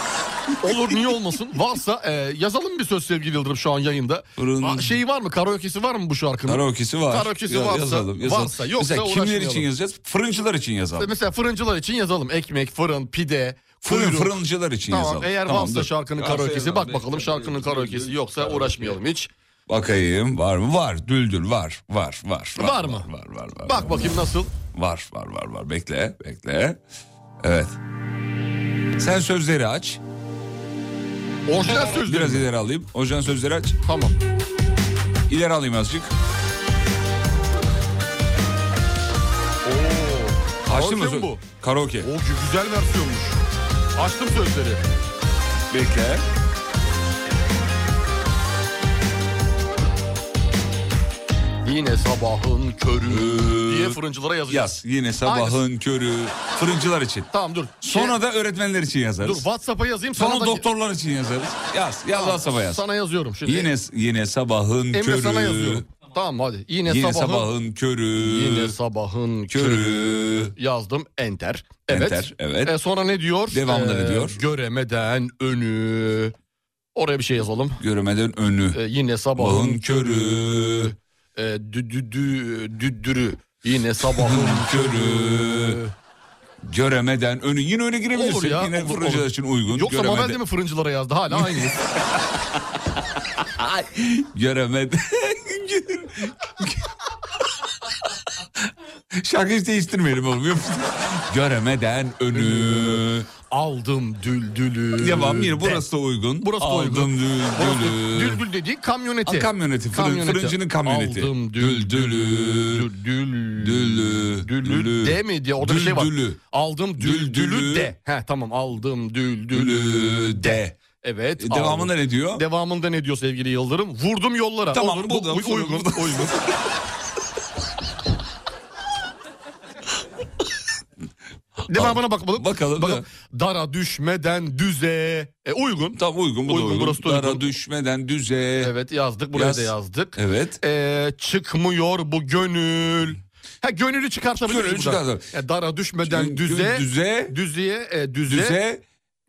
S4: Olur niye olmasın? Varsa e, yazalım bir söz sevgili Yıldırım şu an yayında. Aa, Şeyi var mı? Karaoke'si var mı bu şarkının?
S6: Karaoke'si var.
S4: Karaoke'si
S6: Ya-
S4: varsa.
S6: yazalım, yazalım.
S4: Varsa yoksa
S6: Mesela kimler için
S4: uğraşmayalım.
S6: yazacağız? Fırıncılar için yazalım.
S4: Mesela fırıncılar için yazalım. Ekmek, fırın, pide,
S6: Fırın,
S4: kuyruk.
S6: fırıncılar için
S4: tamam,
S6: yazalım.
S4: Eğer
S6: Tamam,
S4: varsa
S6: dur.
S4: şarkının
S6: Varsa
S4: karaoke'si
S6: yazalım.
S4: bak bakalım şarkının karaoke'si yoksa uğraşmayalım hiç.
S6: Bakayım var mı? Var. Düldül var. Var. Var.
S4: Var mı?
S6: Var var var.
S4: Bak bakayım nasıl?
S6: Var var var var. Bekle bekle. Evet. Sen sözleri aç.
S4: Orijinal sözleri
S6: Biraz ileri alayım. Orijinal sözleri aç.
S4: Tamam.
S6: İleri alayım azıcık. Açtın mı?
S4: Karaoke
S6: sö-
S4: mi bu?
S6: Karaoke.
S4: O güzel versiyonmuş. Açtım sözleri.
S6: Bekle.
S4: Yine sabahın körü diye fırıncılara yazacağız.
S6: Yaz. Yine sabahın körü. Fırıncılar için.
S4: Tamam dur.
S6: Sonra da öğretmenler için yazarız.
S4: Şey- Dur WhatsApp'a yazayım.
S6: Sonra
S4: sana da-
S6: doktorlar için yazarız. Yaz. Yaz
S4: Tamam,
S6: WhatsApp'a yaz.
S4: Sana yazıyorum şimdi.
S6: Yine yine sabahın
S4: Emre
S6: körü.
S4: sana yazıyorum. Tamam hadi. Yine,
S6: Yine, sabahın, körü.
S4: Yine sabahın körü. Yazdım enter. Evet.
S6: Enter, evet.
S4: E, sonra ne diyor?
S6: Devamları
S4: E,
S6: diyor.
S4: Göremeden önü. Oraya bir şey yazalım.
S6: Göremeden önü.
S4: E, yine sabahın
S6: Sabahın
S4: körü.
S6: körü.
S4: E, dü, dü, dü, düdürü. Yine sabahın körü.
S6: Göremeden önü. Yine öne girebilirsin.
S4: Olur ya,
S6: Yine
S4: olur,
S6: fırıncılar
S4: olur.
S6: için uygun.
S4: Yoksa
S6: göremeden,
S4: Mabel de mi fırıncılara yazdı? Hala aynı.
S6: Göremeden. Şarkıyı hiç değiştirmeyelim oğlum. Yok. Göremeden önü.
S4: Aldım düldülü.
S6: Devam yine
S4: De.
S6: burası da uygun.
S4: Burası da
S6: Aldım
S4: uygun. Burası
S6: düldülü.
S4: Düldül dediği kamyoneti.
S6: Ha, kamyoneti, fırın- fırıncının kamyoneti.
S4: Aldım düldülü. Düldülü. Düldülü.
S6: Düldülü.
S4: De mi diye orada bir şey var.
S6: Düldülü.
S4: Aldım düldülü,
S6: Düldülü.
S4: de. He tamam aldım düldülü
S6: Düldülü
S4: de.
S6: de.
S4: Evet.
S6: E, devamında
S4: aldım.
S6: ne diyor?
S4: Devamında ne diyor sevgili Yıldırım? Vurdum yollara.
S6: Tamam,
S4: Olur,
S6: buldum,
S4: bu, uygun,
S6: buldum.
S4: uygun. Devamına bakmadım.
S6: Bakalım.
S4: Bakın dara düşmeden düze. E, uygun.
S6: Tam uygun bu da
S4: Uygun,
S6: uygun.
S4: burası da
S6: Dara
S4: uygun.
S6: düşmeden düze.
S4: Evet yazdık buraya
S6: Yaz.
S4: da yazdık.
S6: Evet.
S4: E, çıkmıyor bu gönül. Ha gönülü çıkartabiliriz.
S6: Gönülü
S4: buradan.
S6: çıkartabiliriz.
S4: E, dara düşmeden
S6: Gö-
S4: düze.
S6: düze.
S4: Düzeye. e, düze.
S6: Düze.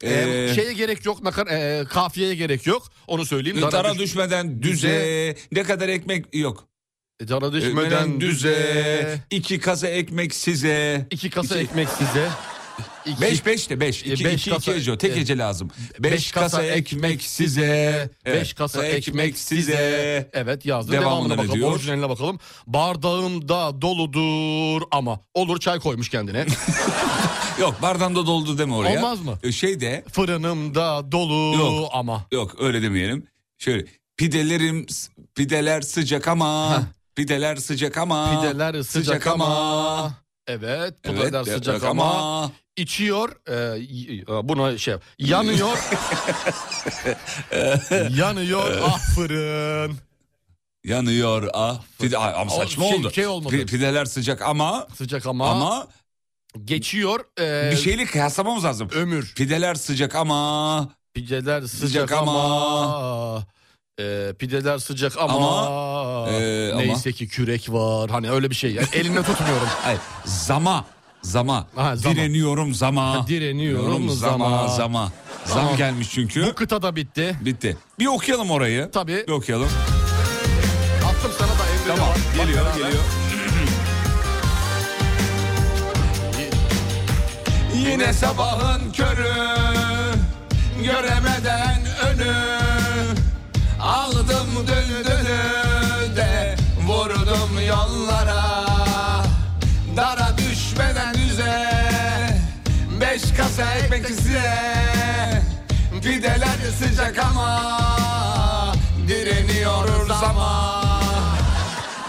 S4: E,
S6: e,
S4: şeye gerek yok, nakar, e, kafiyeye gerek yok. Onu söyleyeyim.
S6: Dara
S4: düş-
S6: düşmeden düze.
S4: düze.
S6: Ne kadar ekmek yok.
S4: Cana
S6: Ömeden
S4: e, düşmeden düze.
S6: düze. iki kasa ekmek size.
S4: İki kasa ekmek size. İki-
S6: beş beş de beş. İki,
S4: beş
S6: iki,
S4: kasa-
S6: iki ece. Tek
S4: e,
S6: ece lazım.
S4: Beş, kasa ekmek size.
S6: Evet.
S4: E, Beş kasa ekmek size. Evet yazdı.
S6: Devamına
S4: Devamına,
S6: ne
S4: bakalım.
S6: diyor?
S4: Orijinaline bakalım. Bardağımda doludur ama. Olur çay koymuş kendine.
S6: Yok bardağımda doldu deme oraya.
S4: Olmaz mı?
S6: E, Şey de.
S4: Fırınımda dolu
S6: Yok.
S4: ama.
S6: Yok öyle demeyelim. Şöyle pidelerim s- pideler sıcak ama. Pideler sıcak ama.
S4: Pideler sıcak, ama. Evet. Pideler
S6: Evet,
S4: sıcak
S6: sıcak
S4: ama.
S6: ama.
S4: İçiyor. e, y- e, buna şey yap. Yanıyor. yanıyor. ah fırın.
S6: Yanıyor ah. Pide, Ay, ama
S4: O
S6: saçma
S4: şey-
S6: oldu.
S4: şey olmadı.
S6: Pi- Pideler sıcak ama.
S4: Sıcak ama.
S6: Ama
S4: Geçiyor. e,
S6: bir şeyle kıyaslamamız lazım.
S4: Ömür.
S6: Pideler sıcak ama.
S4: Pideler sıcak,
S6: Sıcak
S4: ama. Ee, pideler sıcak ama. e,
S6: Ama, ee, ama.
S4: Neyse ki kürek var. Hani öyle bir şey. Yani elimle tutmuyorum.
S6: Hayır, zama. Zama.
S4: Ha, zama.
S6: Direniyorum zama.
S4: Ha, direniyorum zama.
S6: Zama. zama.
S4: Tamam.
S6: Zam gelmiş çünkü.
S4: Bu kıta da bitti.
S6: Bitti. Bir okuyalım orayı.
S4: Tabii.
S6: Bir okuyalım.
S4: Attım sana da emri
S6: Tamam.
S4: var. Bak
S6: Geliyor,
S4: beraber.
S6: geliyor. Yine sabahın körü Göremeden önü Aldım düldülü de Vurdum yollara Dara düşmeden düze Beş kasa ekmek size Pideler sıcak ama Direniyoruz ama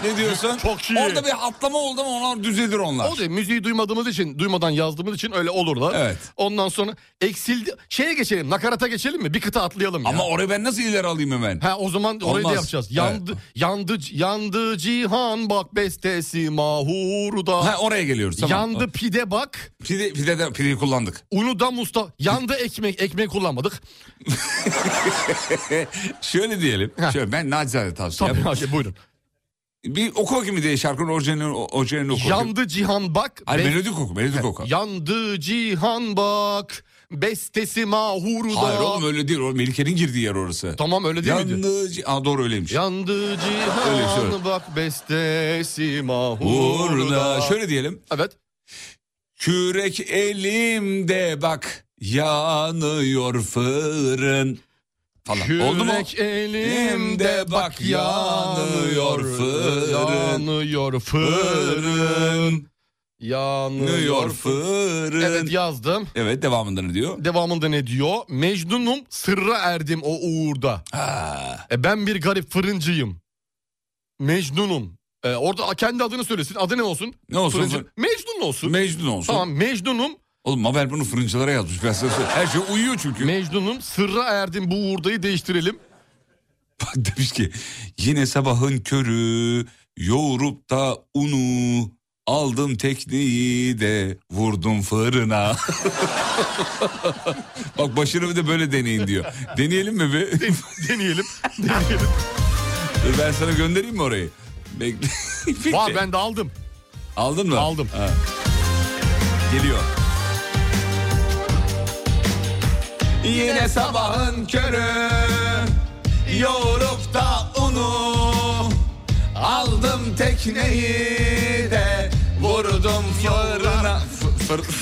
S6: Ne diyorsun?
S4: Çok iyi.
S6: Orada bir atlama oldu ama onlar düzelir onlar.
S4: O da müziği duymadığımız için, duymadan yazdığımız için öyle olurlar.
S6: Evet.
S4: Ondan sonra eksildi. Şeye geçelim, nakarata geçelim mi? Bir kıta atlayalım ya.
S6: Ama orayı ben nasıl ileri alayım hemen?
S4: Ha o zaman orayı da
S6: Olmaz.
S4: yapacağız. Yandı yandı yandı cihan bak bestesi mahurda.
S6: Ha oraya geliyoruz tamam.
S4: Yandı pide bak.
S6: Pide, pide de, pideyi kullandık.
S4: Unu da musta. Yandı ekmek. Ekmeği kullanmadık.
S6: Şöyle diyelim. Şöyle ben nacizane tavsiye
S4: Tabii.
S6: yapayım.
S4: Şey, buyurun.
S6: Bir oku bakayım bir de şarkının orijinalini, orijinalini oku. bakayım.
S4: Yandı cihan bak.
S6: Hayır
S4: be-
S6: melodik oku melodik oku.
S4: Yandı cihan bak. Bestesi mahurda.
S6: Hayır oğlum öyle değil. O Melike'nin girdiği yer orası.
S4: Tamam öyle değil miydi?
S6: Yandı... ci- Aa, doğru öyleymiş.
S4: Yandı cihan
S6: Öyle, şöyle.
S4: bak bestesi mahurda.
S6: Uğurda. Şöyle diyelim.
S4: Evet.
S6: Kürek elimde bak yanıyor fırın. Falan. Oldu mu?
S4: Kürek elimde bak yanıyor fırın. Yanıyor fırın. Yanıyor
S6: Yanıyor
S4: fırın.
S6: fırın.
S4: Evet yazdım.
S6: Evet devamında ne diyor?
S4: Devamında ne diyor? Mecnunum sırra erdim o uğurda. E ben bir garip fırıncıyım. Mecnunum. E orada kendi adını söylesin. Adı ne olsun?
S6: Ne olsun?
S4: Fırıncı. Mecnun olsun.
S6: Mecnun olsun.
S4: tamam Mecnunum.
S6: Oğlum Mabel bunu fırıncılara yazmış. Ben sana söyleyeyim. Her şey uyuyor çünkü.
S4: Mecnunum sırra erdim bu uğurdayı değiştirelim.
S6: Bak demiş ki yine sabahın körü yoğurup da unu aldım tekneyi de vurdum fırına. Bak başını bir de böyle deneyin diyor. Deneyelim mi bir?
S4: Deneyelim. Deneyelim.
S6: Dur ben sana göndereyim mi orayı? Bekle.
S4: Vah ben de aldım.
S6: Aldın mı?
S4: Aldım.
S6: Ha. Geliyor. Yine sabahın körü Yoğurup da unu Aldım tekneyi de Vurdum fırına Fır- fır-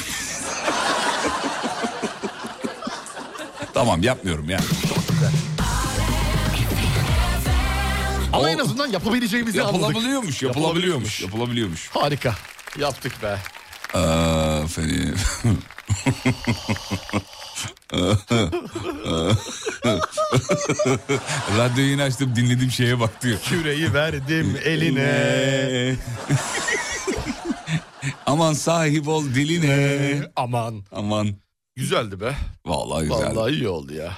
S6: Tamam yapmıyorum ya.
S4: Ama
S6: O-
S4: en azından yapabileceğimizi anladık.
S6: Yapılabiliyormuş, yapılabiliyormuş, yapılabiliyormuş.
S4: Harika. Yaptık be.
S6: Aferin. Radyoyu yeni açtım dinlediğim şeye bak diyor.
S4: Küreyi verdim eline.
S6: Aman sahip ol diline.
S4: Aman.
S6: Aman.
S4: Güzeldi be.
S6: Vallahi güzel.
S4: Vallahi iyi oldu ya.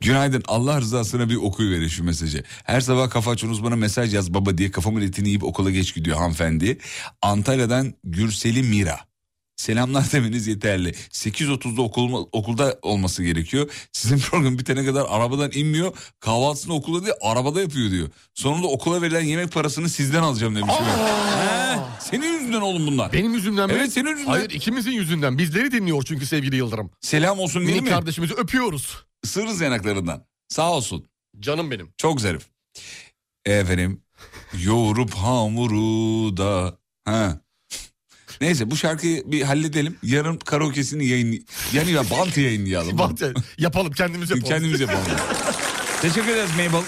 S6: Günaydın. Allah rızasına bir okuyuverin şu mesajı. Her sabah kafa açan uzmana mesaj yaz baba diye kafamın etini yiyip okula geç gidiyor hanımefendi. Antalya'dan Gürseli Mira. Selamlar demeniz yeterli. 8.30'da okul, okulda olması gerekiyor. Sizin program bitene kadar arabadan inmiyor. Kahvaltısını okulda değil arabada yapıyor diyor. Sonunda okula verilen yemek parasını sizden alacağım demiş. He, senin yüzünden oğlum bunlar.
S4: Benim yüzümden mi?
S6: Evet, senin yüzünden.
S4: Hayır ikimizin yüzünden. Bizleri dinliyor çünkü sevgili Yıldırım.
S6: Selam olsun değil
S4: Minik
S6: mi?
S4: kardeşimizi öpüyoruz.
S6: Sırız yanaklarından. Sağ olsun.
S4: Canım benim.
S6: Çok zarif. Efendim yoğurup hamuru da. Ha. Neyse bu şarkıyı bir halledelim. Yarın karaoke'sini yayın... Yani ya bantı yayınlayalım. bantı
S4: yapalım kendimiz
S6: yapalım. Kendimiz yapalım. Teşekkür ederiz Mabel.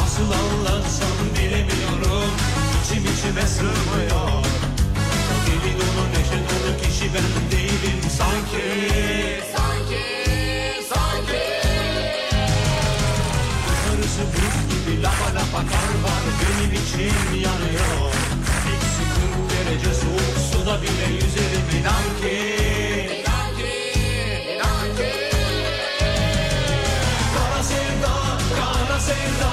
S3: Nasıl anlatsam bilemiyorum İçim içime sığmıyor Deli dolu neşe dolu kişi ben değilim sanki Sanki, sanki Sarısı buz gibi lapa lapa kar var Benim içim yanıyor Eksi 40 derece soğuk suda bile yüzerim inan ki İnan ki, inan Kara sevda, kara sevda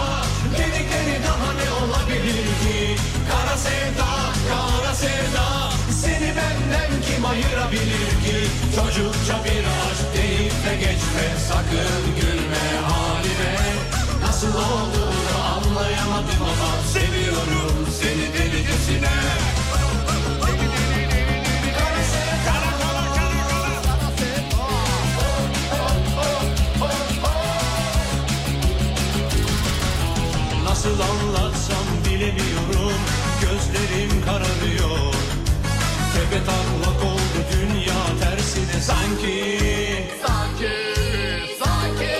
S3: Dedikleri daha ne olabilir ki? Kara sevda, kara sevda Seni benden kim ayırabilir ki? Çocukça bir aşk deyip de geçme Sakın gülme halime Nasıl olduğunu anlayamadım ama Seviyorum seni delicesine Kara sevda, kara sevda Oh, oh, oh, oh. Nasıl anlatsam bilemiyorum Gözlerim kararıyor Tepe taklak oldu dünya tersine sanki Sanki, sanki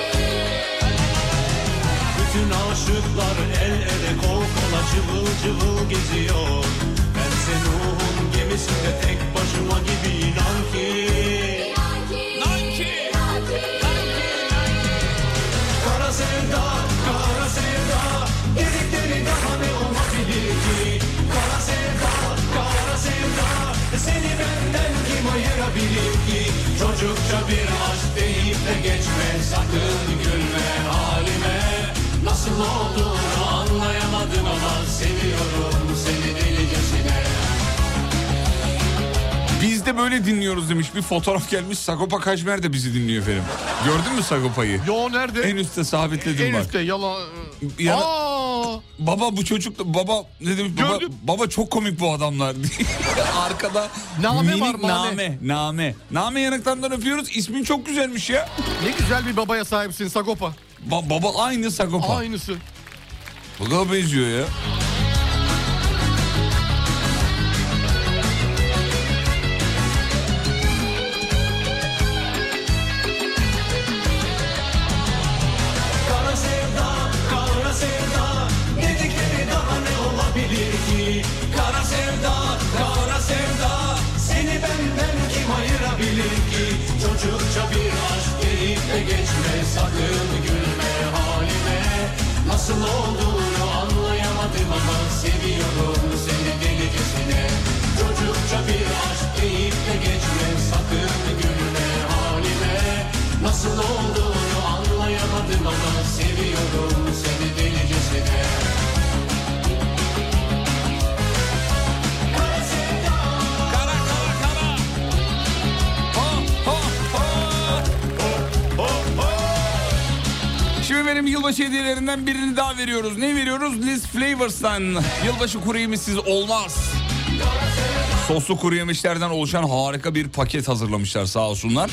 S3: Bütün aşıklar el ele kol kola cıvıl cıvıl geziyor Bense Nuh'un gemisinde tek başıma gibi inan ki İnan ki, inan ki, inan ki Kara sevda, kara sevda Dedikleri daha ne olabilir ki? Kara sevda, kara sevda Seni benden kim ayırabilir ki? Çocukça bir aşk deyip de geçme Sakın gülme halime Nasıl olduğunu anlayamadım ama Seviyorum seni delicesine
S6: Biz de böyle dinliyoruz demiş. Bir fotoğraf gelmiş. Sagopa Kajmer de bizi dinliyor efendim. Gördün mü Sagopa'yı?
S4: Yo nerede?
S6: En üstte sabitledim
S4: En
S6: bak.
S4: üstte yalan.
S6: Ya-
S4: Aa!
S6: Baba bu çocuk da- baba ne demiş baba, baba çok komik bu adamlar diye. arkada
S4: Name
S6: minik
S4: var, name.
S6: name name name yanıklarından öpüyoruz ismin çok güzelmiş ya
S4: Ne güzel bir babaya sahipsin Sagopa.
S6: baba aynı Sagopa
S4: Aynısı.
S6: baba benziyor ya
S3: Kara sevda, kara sevda Dedikleri daha ne olabilir ki? Kara sevda, kara sevda Seni benden kim ayırabilir ki? Çocukça bir aşk deyip de geçme Sakın gülme halime Nasıl olduğunu anlayamadım ama Seviyorum seni delicesine Çocukça bir aşk deyip de geçme Sakın gülme halime Nasıl olduğunu anlayamadım ama seviyorum seni delicesine. Kara sevda. Kara kara kara. Ho ho ho. Ho ho ho.
S6: Şimdi benim yılbaşı hediyelerinden birini daha veriyoruz. Ne veriyoruz? Liz Flavors'tan. Yılbaşı kuru yemişsiz olmaz. Soslu kuru yemişlerden oluşan harika bir paket hazırlamışlar sağ olsunlar.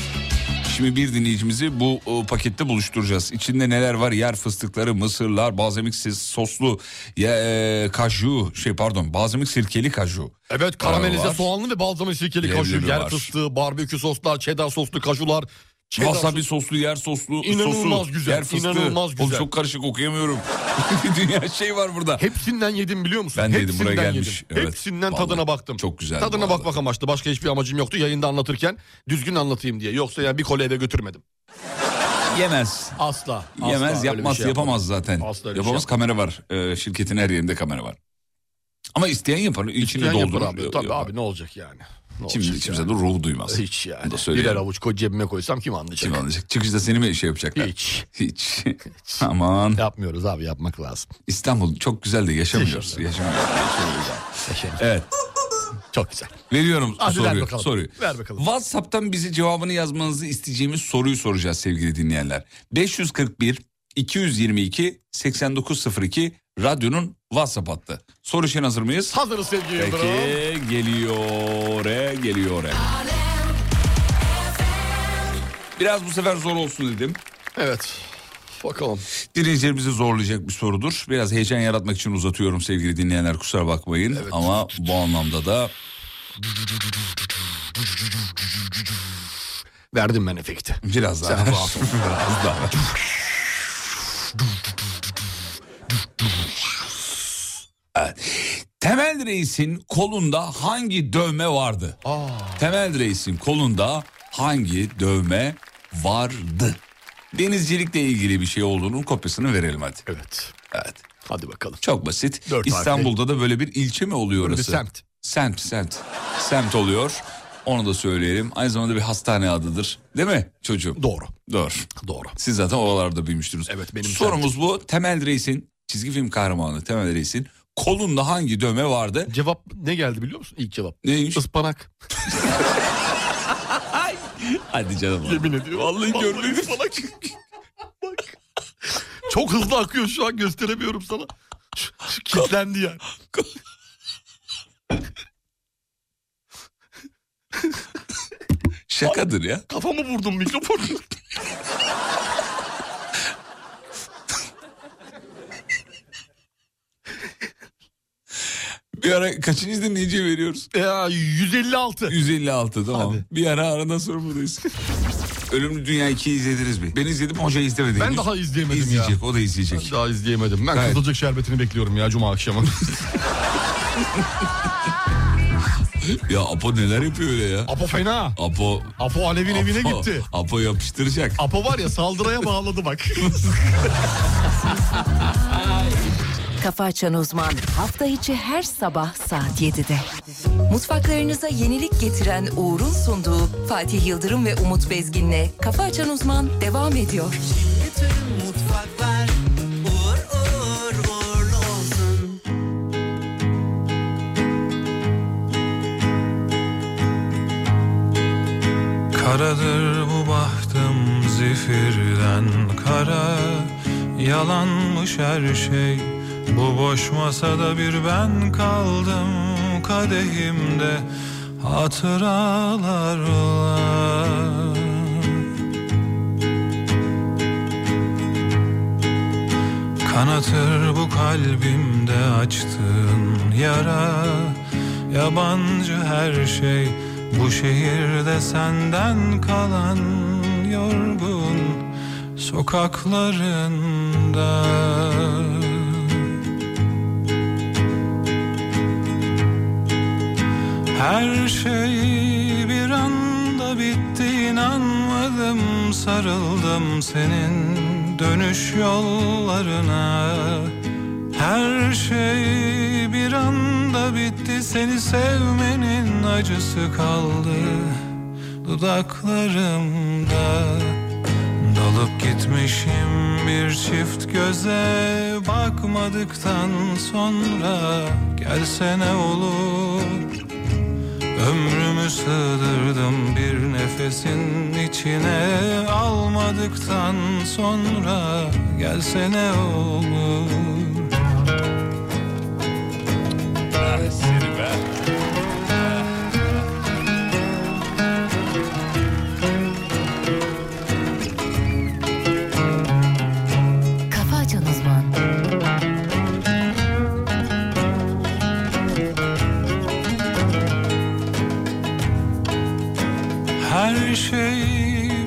S6: Şimdi bir dinleyicimizi bu e, pakette buluşturacağız. İçinde neler var? Yer fıstıkları, mısırlar, balzamiksiz soslu ya, e, kaju, şey pardon balzamik sirkeli kaju.
S4: Evet karamelize
S6: Var.
S4: soğanlı ve balzamik sirkeli
S6: Leblebi
S4: kaşu, yer
S6: var.
S4: fıstığı, barbekü soslar, çedar soslu kaşular. çedar
S6: Wasabi
S4: sos-
S6: soslu, yer soslu,
S4: İnanılmaz
S6: sosu,
S4: güzel,
S6: yer fıstığı.
S4: inanılmaz güzel.
S6: Oğlum çok karışık okuyamıyorum. Dünya şey var burada.
S4: Hepsinden yedim biliyor musun?
S6: Ben de yedim,
S4: Hepsinden
S6: buraya gelmiş.
S4: yedim.
S6: Evet,
S4: Hepsinden
S6: vallahi
S4: tadına baktım.
S6: çok güzel
S4: Tadına
S6: vallahi.
S4: bakmak amaçlı. Başka hiçbir amacım yoktu. Yayında anlatırken düzgün anlatayım diye. Yoksa yani bir kole eve götürmedim.
S6: Yemez.
S4: Asla. asla
S6: Yemez,
S4: öyle
S6: yapmaz,
S4: bir şey yapmadım.
S6: yapamaz zaten.
S4: Asla öyle bir şey
S6: yapamaz, kamera var. Ee, şirketin her yerinde kamera var. Ama isteyen yapar, içini
S4: İsteyen yapar
S6: doldurur.
S4: abi. Tabii abi ne olacak yani? Ne
S6: Şimdi
S4: olacak
S6: kimse de ruh duymaz.
S4: Hiç yani.
S6: Bunu da
S4: Birer
S6: söyleyelim.
S4: avuç koy cebime koysam kim anlayacak?
S6: Kim anlayacak? Çıkışta seni mi şey yapacaklar?
S4: Hiç.
S6: Hiç. Aman.
S4: Yapmıyoruz abi yapmak lazım.
S6: İstanbul çok güzel de yaşamıyoruz. Yaşamıyoruz. evet.
S4: Çok güzel.
S6: Veriyorum
S4: Hadi ver
S6: soruyu.
S4: bakalım.
S6: soruyu.
S4: Ver bakalım.
S6: WhatsApp'tan bize cevabını yazmanızı isteyeceğimiz soruyu soracağız sevgili dinleyenler. 541 222 8902 radyonun WhatsApp attı. Soru için hazır mıyız?
S4: Hazırız sevgili
S6: Peki
S4: Yıldırım.
S6: geliyor, e, geliyor. e. Biraz bu sefer zor olsun dedim.
S4: Evet. Bakalım.
S6: Dinleyicilerimizi zorlayacak bir sorudur. Biraz heyecan yaratmak için uzatıyorum sevgili dinleyenler kusura bakmayın. Ama bu anlamda da...
S4: Verdim ben efekti.
S6: Biraz daha.
S4: Sen rahat ol.
S6: Biraz daha. Evet. Temel Reis'in kolunda hangi dövme vardı? Temel Reis'in kolunda hangi dövme vardı? Denizcilikle ilgili bir şey olduğunun kopyasını verelim hadi.
S4: Evet.
S6: Evet.
S4: Hadi bakalım.
S6: Çok basit.
S4: Dört
S6: İstanbul'da da böyle bir ilçe mi oluyor
S4: Böyle bir
S6: orası?
S4: semt.
S6: Semt, semt. Semt oluyor. Onu da söyleyelim. Aynı zamanda bir hastane adıdır. Değil mi çocuğum?
S4: Doğru.
S6: Doğru.
S4: Doğru.
S6: Siz zaten oralarda büyümüştünüz. Evet benim Sorumuz bu. Temel Reis'in çizgi film kahramanı Temel Reis'in kolunda hangi dövme vardı?
S4: Cevap ne geldi biliyor musun? İlk cevap.
S6: Neymiş?
S4: Ispanak.
S6: Hadi canım.
S4: Yemin ediyorum.
S6: Vallahi görmedim.
S4: Ispanak. Bak. Çok hızlı akıyor şu an gösteremiyorum sana. Şu- şu Kilitlendi yani.
S6: Şakadır ya.
S4: Kafamı vurdum mikrofonu.
S6: Bir ara kaçıncı dinleyiciye veriyoruz?
S4: E, Ya 156.
S6: 156 tamam. Bir ara aradan sonra buradayız. Ölümlü Dünya 2'yi izlediniz mi? Ben izledim hoca izlemedi.
S4: Ben
S6: henüz.
S4: daha izleyemedim ya.
S6: İzleyecek o da izleyecek.
S4: daha izleyemedim. Ben
S6: Gayet.
S4: Kızılcık Şerbeti'ni bekliyorum ya cuma akşamı.
S6: Ya Apo neler yapıyor öyle ya?
S4: Apo fena.
S6: Apo.
S4: Apo Alev'in evine
S6: Apo-
S4: gitti.
S6: Apo yapıştıracak.
S4: Apo var ya saldırıya bağladı bak.
S1: Kafa Açan Uzman hafta içi her sabah saat 7'de. Mutfaklarınıza yenilik getiren Uğur'un sunduğu Fatih Yıldırım ve Umut Bezgin'le Kafa Açan Uzman devam ediyor.
S11: Bütün mutfaklar uğur uğur uğurlu olsun.
S12: Karadır bu bahtım zifirden kara Yalanmış her şey Bu boş masada bir ben kaldım Kadehimde hatıralarla Kanatır bu kalbimde açtığın yara Yabancı her şey bu şehirde senden kalan yorgun sokaklarında Her şey bir anda bitti inanmadım sarıldım senin dönüş yollarına Her şey bir anda bitti seni sevmenin acısı kaldı dudaklarımda Dalıp gitmişim bir çift göze bakmadıktan sonra gelsene olur Ömrümü sığdırdım bir nefesin içine almadıktan sonra gelsene olur.
S1: Kafa Açan Uzman.
S12: Her şey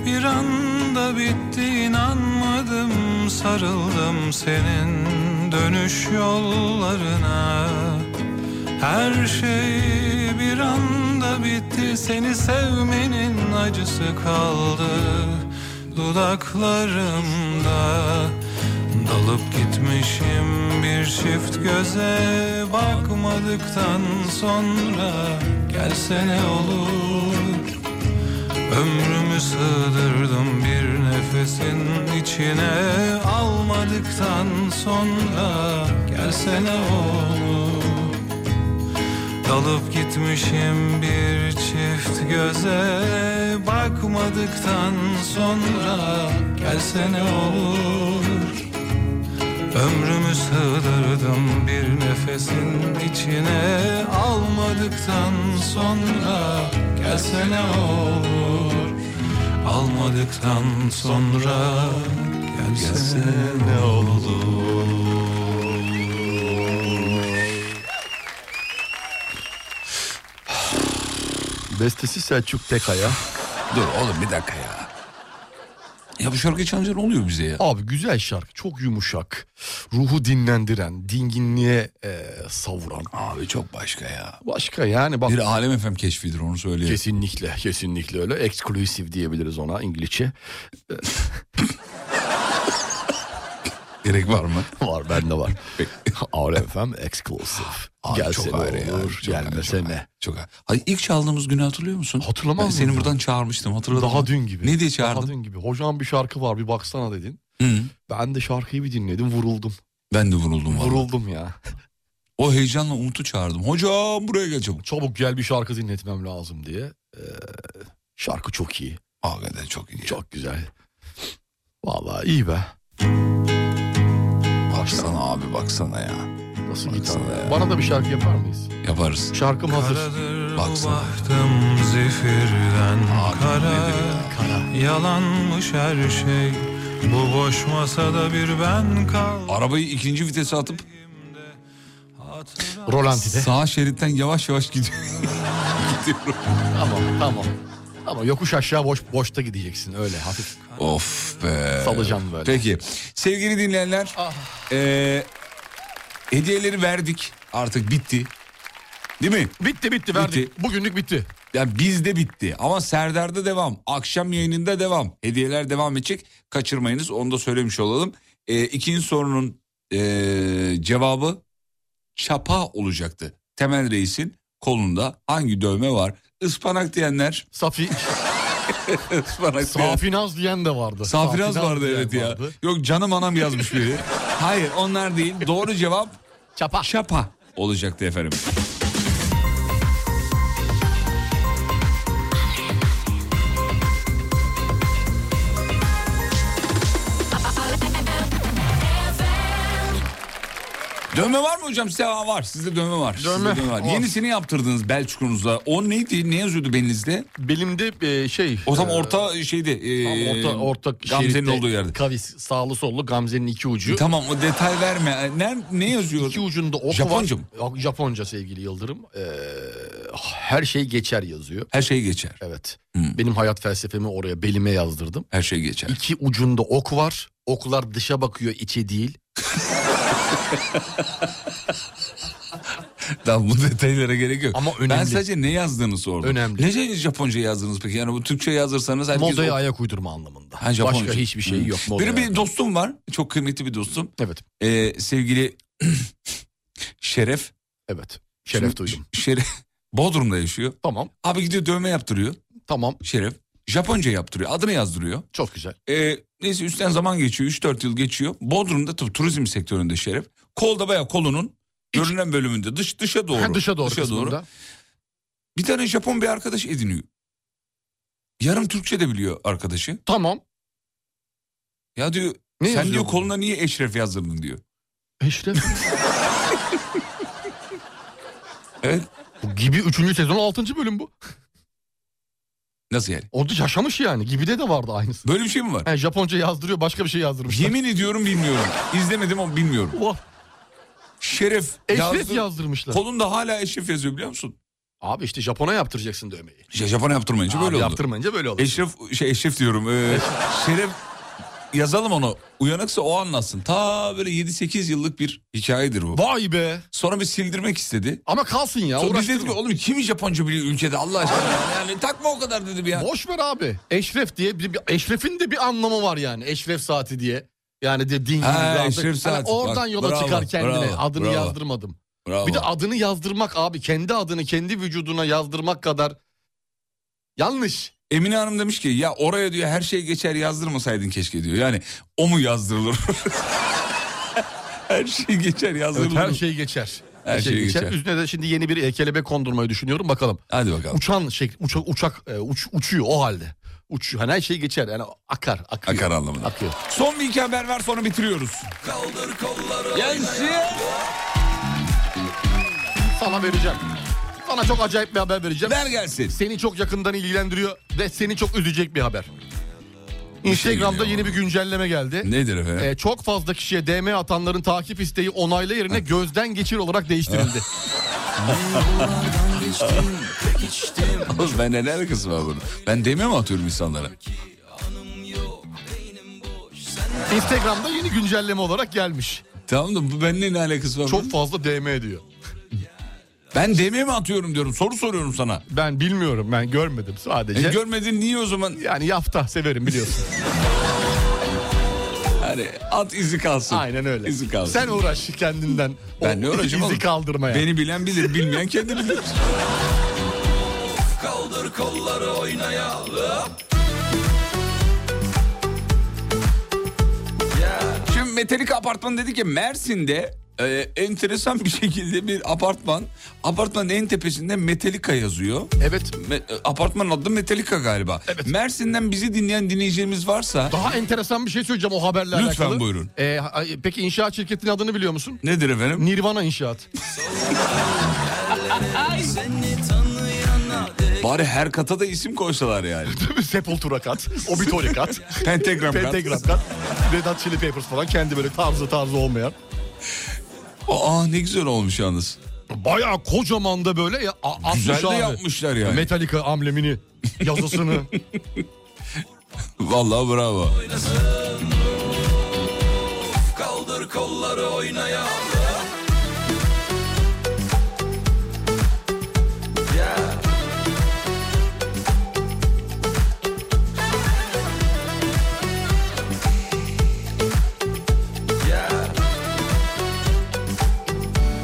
S12: bir anda bitti inanmadım sarıldım senin dönüş yollarına Her şey bir anda bitti seni sevmenin acısı kaldı dudaklarımda Dalıp gitmişim bir çift göze bakmadıktan sonra gelsene olur Ömrümü sığdırdım bir nefesin içine almadıktan sonra gelsene olur Dalıp gitmişim bir çift göze bakmadıktan sonra gelsene olur Ömrümü sığdırdım bir nefesin içine almadıktan sonra gelsene olur almadıktan sonra gelsene olur
S4: Bestesi Selçuk Tekaya.
S6: Dur oğlum bir dakika ya. Ya bu şarkı çalınca ne oluyor bize ya?
S4: Abi güzel şarkı çok yumuşak. Ruhu dinlendiren, dinginliğe e, savuran.
S6: Abi çok başka ya.
S4: Başka yani bak.
S6: Bir Alem FM keşfidir onu söyleyeyim.
S4: Kesinlikle kesinlikle öyle. Exclusive diyebiliriz ona İngilizce.
S6: Gerek var mı?
S4: var bende var. Alem FM Exclusive.
S6: Abi
S4: Gelse
S6: çok
S4: ne
S6: ayrı ya,
S4: olur,
S6: çok ayrı,
S4: gelmese ne.
S6: Çok Hayır, ilk çaldığımız günü hatırlıyor musun?
S4: Hatırlamaz
S6: Ben
S4: mıyım
S6: seni
S4: ya?
S6: buradan çağırmıştım hatırladın
S4: Daha
S6: mı?
S4: dün gibi.
S6: Ne diye
S4: Daha
S6: çağırdım?
S4: dün gibi. Hocam bir şarkı var bir baksana dedin. Ben de şarkıyı bir dinledim vuruldum.
S6: Ben de vuruldum vallahi.
S4: Vuruldum ya.
S6: O heyecanla Umut'u çağırdım. Hocam buraya gel çabuk.
S4: Çabuk gel bir şarkı dinletmem lazım diye. Ee, şarkı çok iyi.
S6: Hakikaten çok iyi.
S4: Çok güzel. Vallahi iyi be.
S6: Baksana abi baksana ya.
S4: Nasıl gitar ya. Bana da bir şarkı yapar mıyız?
S6: Yaparız.
S4: Şarkım hazır.
S6: Baksana.
S12: Baktım zifirden kara, Yalanmış her şey Bu boş masada bir ben kal
S6: Arabayı ikinci vitese atıp
S4: Rolantide.
S6: Sağ şeritten yavaş yavaş gidiyor. Gidiyorum.
S4: Tamam tamam. Ama yokuş aşağı boş boşta gideceksin öyle hafif.
S6: Of be.
S4: Salacağım böyle.
S6: Peki. Sevgili dinleyenler.
S12: Ah.
S6: eee, hediyeleri verdik. Artık bitti. Değil mi?
S4: Bitti bitti verdik. Bugünlük bitti.
S6: Ya bizde bitti ama Serdar'da devam. Akşam yayınında devam. Hediyeler devam edecek. Kaçırmayınız onu da söylemiş olalım. Ee, ikinci sorunun ee, cevabı çapa olacaktı. Temel Reis'in kolunda hangi dövme var? Ispanak diyenler.
S4: Safi.
S6: Ispanak diyen-
S4: Safinaz diyen de vardı.
S6: Safiraz vardı
S4: diyen
S6: evet ya.
S4: vardı.
S6: Yok canım anam yazmış biri. Hayır onlar değil. Doğru cevap
S4: çapa.
S6: Çapa olacaktı efendim. Dövme var mı hocam? Size Aa, var. Sizde dövme var. Sizde
S4: Dövme
S6: var.
S4: var.
S6: Yenisini yaptırdınız bel çukurunuzda. O neydi? Ne yazıyordu belinizde?
S4: Belimde e, şey.
S6: O tam
S4: e,
S6: orta şeydi. e,
S4: Tam orta orta
S6: Gamze'nin
S4: şeritte
S6: olduğu yerde. E,
S4: Kavis sağlı sollu Gamze'nin iki ucu.
S6: Tamam o detay verme. Ne, ne yazıyor?
S4: İki ucunda ok
S6: Japonca
S4: var. Yok, Japonca sevgili Yıldırım. Ee, her şey geçer yazıyor.
S6: Her şey geçer.
S4: Evet.
S6: Hmm.
S4: Benim hayat felsefemi oraya belime yazdırdım.
S6: Her şey geçer.
S4: İki ucunda ok var. Oklar dışa bakıyor içe değil.
S6: Tamam bu detaylara gerek yok.
S4: Ama
S6: Ben
S4: önemli.
S6: sadece ne yazdığını sordum.
S4: Önemli.
S6: Ne şey- Japonca yazdınız peki? Yani bu Türkçe yazdırsanız herkes...
S4: Modaya ayak uydurma anlamında.
S6: Ha, Japonca.
S4: Başka hiçbir şey
S6: Hmm.
S4: yok.
S6: Benim
S4: modaya.
S6: bir dostum var. Çok kıymetli bir dostum.
S4: Evet.
S6: Ee, sevgili Şeref.
S4: Evet. Şeref duydum.
S6: Şeref. Bodrum'da yaşıyor.
S4: Tamam.
S6: Abi gidiyor dövme yaptırıyor.
S4: Tamam.
S6: Şeref. Japonca yaptırıyor. Adını yazdırıyor.
S4: Çok güzel.
S6: Ee, neyse üstten zaman geçiyor. 3-4 yıl geçiyor. Bodrum'da tabii turizm sektöründe Şeref. Kolda bayağı kolunun görünen bölümünde dış dışa doğru.
S4: Ha, dışa doğru kısmında.
S6: Bir tane Japon bir arkadaş ediniyor. Yarım Türkçe de biliyor arkadaşı.
S4: Tamam.
S6: Ya diyor
S4: Ne
S6: sen
S4: yazıyor
S6: diyor
S4: bu?
S6: koluna niye Eşref yazdırdın diyor.
S4: Eşref.
S6: Evet.
S4: Bu gibi 3. sezon 6. bölüm bu.
S6: Nasıl yani?
S4: Orada yaşamış yani. Gibi'de de vardı aynısı.
S6: Böyle bir şey mi var?
S4: He, Japonca yazdırıyor başka bir şey yazdırmış.
S6: Yemin ediyorum bilmiyorum. İzlemedim ama bilmiyorum.
S4: Vah.
S6: Şeref
S4: Eşref
S6: yazdı.
S4: yazdırmışlar.
S6: Kolunda hala Eşref yazıyor biliyor musun?
S4: Abi işte Japon'a yaptıracaksın dövmeyi.
S6: Ya Japon'a yaptırmayınca
S4: Abi
S6: böyle oldu.
S4: yaptırmayınca böyle olur.
S6: Eşref şey Eşref diyorum. ee, Şeref yazalım onu. Uyanıksa o anlatsın. Ta böyle 7-8 yıllık bir hikayedir bu.
S4: Vay be.
S6: Sonra bir sildirmek istedi.
S4: Ama kalsın ya.
S6: Sonra biz
S4: uğraştırma.
S6: dedik ki, oğlum kim Japonca biliyor ülkede Allah aşkına. yani takma o kadar dedim ya.
S4: Boş ver abi. Eşref diye bir, bir- Eşref'in de bir anlamı var yani. Eşref saati diye. Yani de din gibi
S6: Ha,
S4: bir adı.
S6: Eşref
S4: Hani
S6: saati.
S4: oradan
S6: Bak,
S4: yola
S6: bravo,
S4: çıkar kendine.
S6: bravo,
S4: adını
S6: bravo.
S4: yazdırmadım.
S6: Bravo.
S4: Bir de adını yazdırmak abi kendi adını kendi vücuduna yazdırmak kadar yanlış.
S6: Emine Hanım demiş ki ya oraya diyor her şey geçer yazdırmasaydın keşke diyor. Yani o mu yazdırılır? her şey geçer yazdırılır.
S4: Evet, her şey geçer.
S6: Her şey geçer.
S4: Üstüne de şimdi yeni bir e, kelebek kondurmayı düşünüyorum bakalım.
S6: Hadi bakalım.
S4: Uçan şekli uça- uçak e, uç- uçuyor o halde. Uçuyor. Hani her şey geçer yani akar akıyor.
S6: Akar anlamında.
S4: Akıyor.
S6: Son bir iki haber ver sonra bitiriyoruz. Gelsin.
S4: Sana vereceğim. Sana çok acayip bir haber vereceğim. Ver gelsin. Seni çok yakından ilgilendiriyor ve seni çok üzecek bir haber.
S6: şey
S4: Instagram'da yeni bir güncelleme geldi.
S6: Nedir efendim?
S4: Ee, çok fazla kişiye DM atanların takip isteği onayla yerine
S6: Ah.
S4: gözden geçir olarak değiştirildi.
S6: Oğlum ben neler alakası var bunun? Ben demiyor mu atıyorum insanlara? Ah.
S4: Instagram'da yeni güncelleme olarak gelmiş.
S6: Tamam da bu benimle ne alakası var?
S4: Çok fazla DM diyor.
S6: Ben DM'ye mi atıyorum diyorum. Soru soruyorum sana.
S4: Ben bilmiyorum. Ben görmedim sadece.
S6: E, görmedin niye o zaman?
S4: Yani yafta severim biliyorsun.
S6: Hani at izi kalsın.
S4: Aynen öyle.
S6: İzi kalsın.
S4: Sen uğraş kendinden.
S6: Ben ne uğraşayım
S4: izi
S6: oğlum?
S4: kaldırmaya.
S6: Beni bilen bilir, bilmeyen kendi bilir.
S3: Kaldır kolları oynayalım
S6: Şimdi metalik apartman dedi ki Mersin'de e, enteresan bir şekilde bir apartman. Apartmanın en tepesinde Metallica yazıyor. e,
S4: Evet.
S6: apartmanın adı Metallica galiba. Mersin'den bizi dinleyen dinleyicilerimiz varsa...
S4: Daha enteresan bir şey söyleyeceğim o haberle
S6: Lütfen
S4: alakalı.
S6: buyurun.
S4: Ee, ha- peki inşaat şirketinin adını biliyor musun?
S6: Nedir efendim?
S4: Nirvana İnşaat.
S6: Bari her kata da isim koysalar yani.
S4: Sepultura kat, Obituary kat.
S6: Pentagram kat.
S4: Pentagram kat. Red Hot Chili Peppers falan kendi böyle tarzı tarzı olmayan.
S6: Aa ne güzel olmuş yalnız.
S4: Bayağı kocaman da böyle ya, a- atmış
S6: Güzel de
S4: abi.
S6: yapmışlar yani.
S4: Metallica amblemini, yazısını.
S6: Vallahi bravo.
S3: Kaldır kolları oynayalım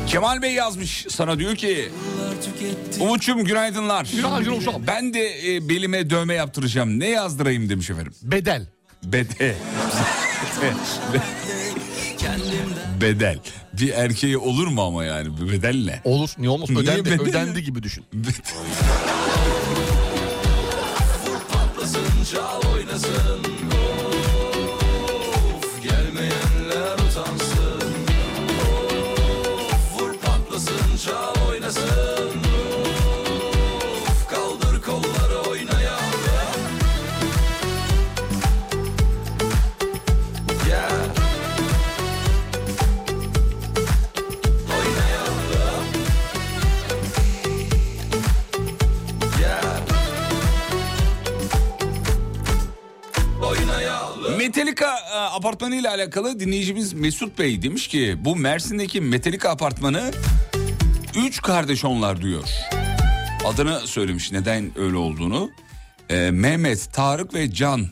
S6: Kemal Bey yazmış sana diyor ki Umut'cum günaydınlar.
S4: Günaydın hocam.
S6: Ben de e, belime dövme yaptıracağım. Ne yazdırayım demiş efendim.
S4: Bedel.
S6: Bede. bedel. Bir erkeğe olur mu ama yani bir bedelle?
S4: Olur niye olmaz
S6: Niye
S4: ödendi,
S6: bedel?
S4: ödendi gibi düşün.
S3: Patlasın çal oynasın Of gelmeyenler utansın Of vur patlasın çal oynasın Of kaldır kolları oynayalım Yeah Oynayalım Yeah
S6: Metallica e, apartmanı ile alakalı dinleyicimiz Mesut Bey demiş ki bu Mersin'deki Metallica apartmanı 3 kardeş onlar diyor. Adını söylemiş neden öyle olduğunu. E, Mehmet, Tarık ve Can.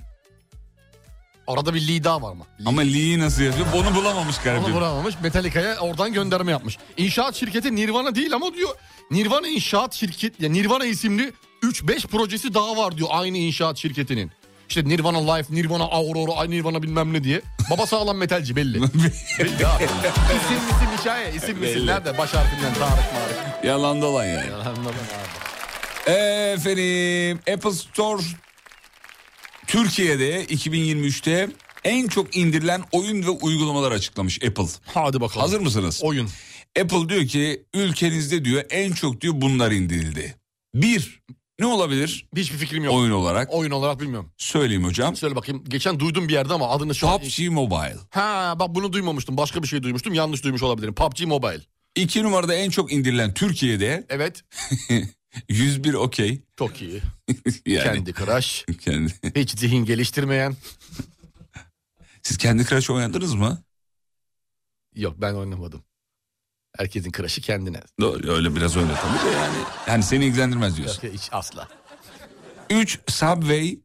S4: Arada bir Lida var mı?
S6: Ama Lee'yi nasıl yazıyor? Onu bulamamış galiba.
S4: Onu bulamamış Metallica'ya oradan gönderme yapmış. İnşaat şirketi Nirvana değil ama diyor Nirvana İnşaat Şirket ya Nirvana isimli 3-5 projesi daha var diyor aynı inşaat şirketinin. İşte Nirvana Life, Nirvana Aurora, ay Nirvana bilmem ne diye. Baba sağlam metalci belli. belli abi. İsim isim hikaye, isim isim.
S6: Belli.
S4: Nerede? Baş harfinden Tarık Marık.
S6: Yalan dolan yani. Efendim Apple Store Türkiye'de 2023'te en çok indirilen oyun ve uygulamalar açıklamış Apple.
S4: Hadi bakalım.
S6: Hazır mısınız?
S4: Oyun.
S6: Apple diyor ki ülkenizde diyor en çok diyor bunlar indirildi. Bir ne olabilir?
S4: Hiçbir fikrim yok.
S6: Oyun olarak.
S4: Oyun olarak bilmiyorum.
S6: Söyleyeyim hocam.
S4: Söyle bakayım. Geçen duydum bir yerde ama adını şu an...
S6: PUBG Mobile.
S4: Ha bak bunu duymamıştım. Başka bir şey duymuştum. Yanlış duymuş olabilirim. PUBG Mobile.
S6: İki numarada en çok indirilen Türkiye'de.
S4: Evet.
S6: 101 okey.
S4: Çok iyi.
S6: Yani.
S4: Kendi Crush.
S6: Kendi.
S4: Hiç zihin geliştirmeyen.
S6: Siz kendi Crash oynadınız mı?
S4: Yok ben oynamadım. Herkesin crush'ı kendine.
S6: Doğru, öyle biraz öyle tabii de yani. Yani seni ilgilendirmez diyorsun.
S4: Yok, hiç asla.
S6: 3 Subway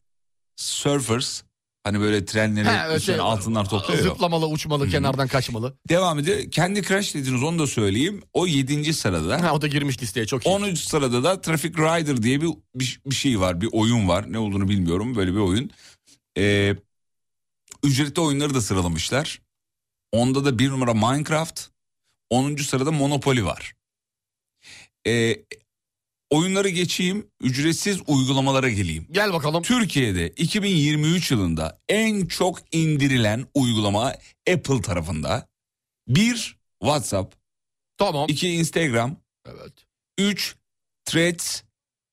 S6: Surfers. Hani böyle trenleri
S4: Ha, evet,
S6: üstüne
S4: şey-
S6: altınlar topluyor. ya.
S4: Zıplamalı, uçmalı, kenardan kaçmalı.
S6: Devam ediyor. Kendi Crash dediniz onu da söyleyeyim. O 7. sırada.
S4: Ha, o da girmiş listeye çok iyi.
S6: 13 sırada da Traffic Rider diye bir, bir, bir şey var. Bir oyun var. Ne olduğunu bilmiyorum. Böyle bir oyun. Ee, ücretli oyunları da sıralamışlar. Onda da bir numara Minecraft. 10. sırada Monopoly var. Ee, oyunları geçeyim. Ücretsiz uygulamalara geleyim.
S4: Gel bakalım.
S6: Türkiye'de 2023 yılında en çok indirilen uygulama Apple tarafında. Bir WhatsApp.
S4: Tamam.
S6: İki Instagram.
S4: Evet.
S6: 3 threads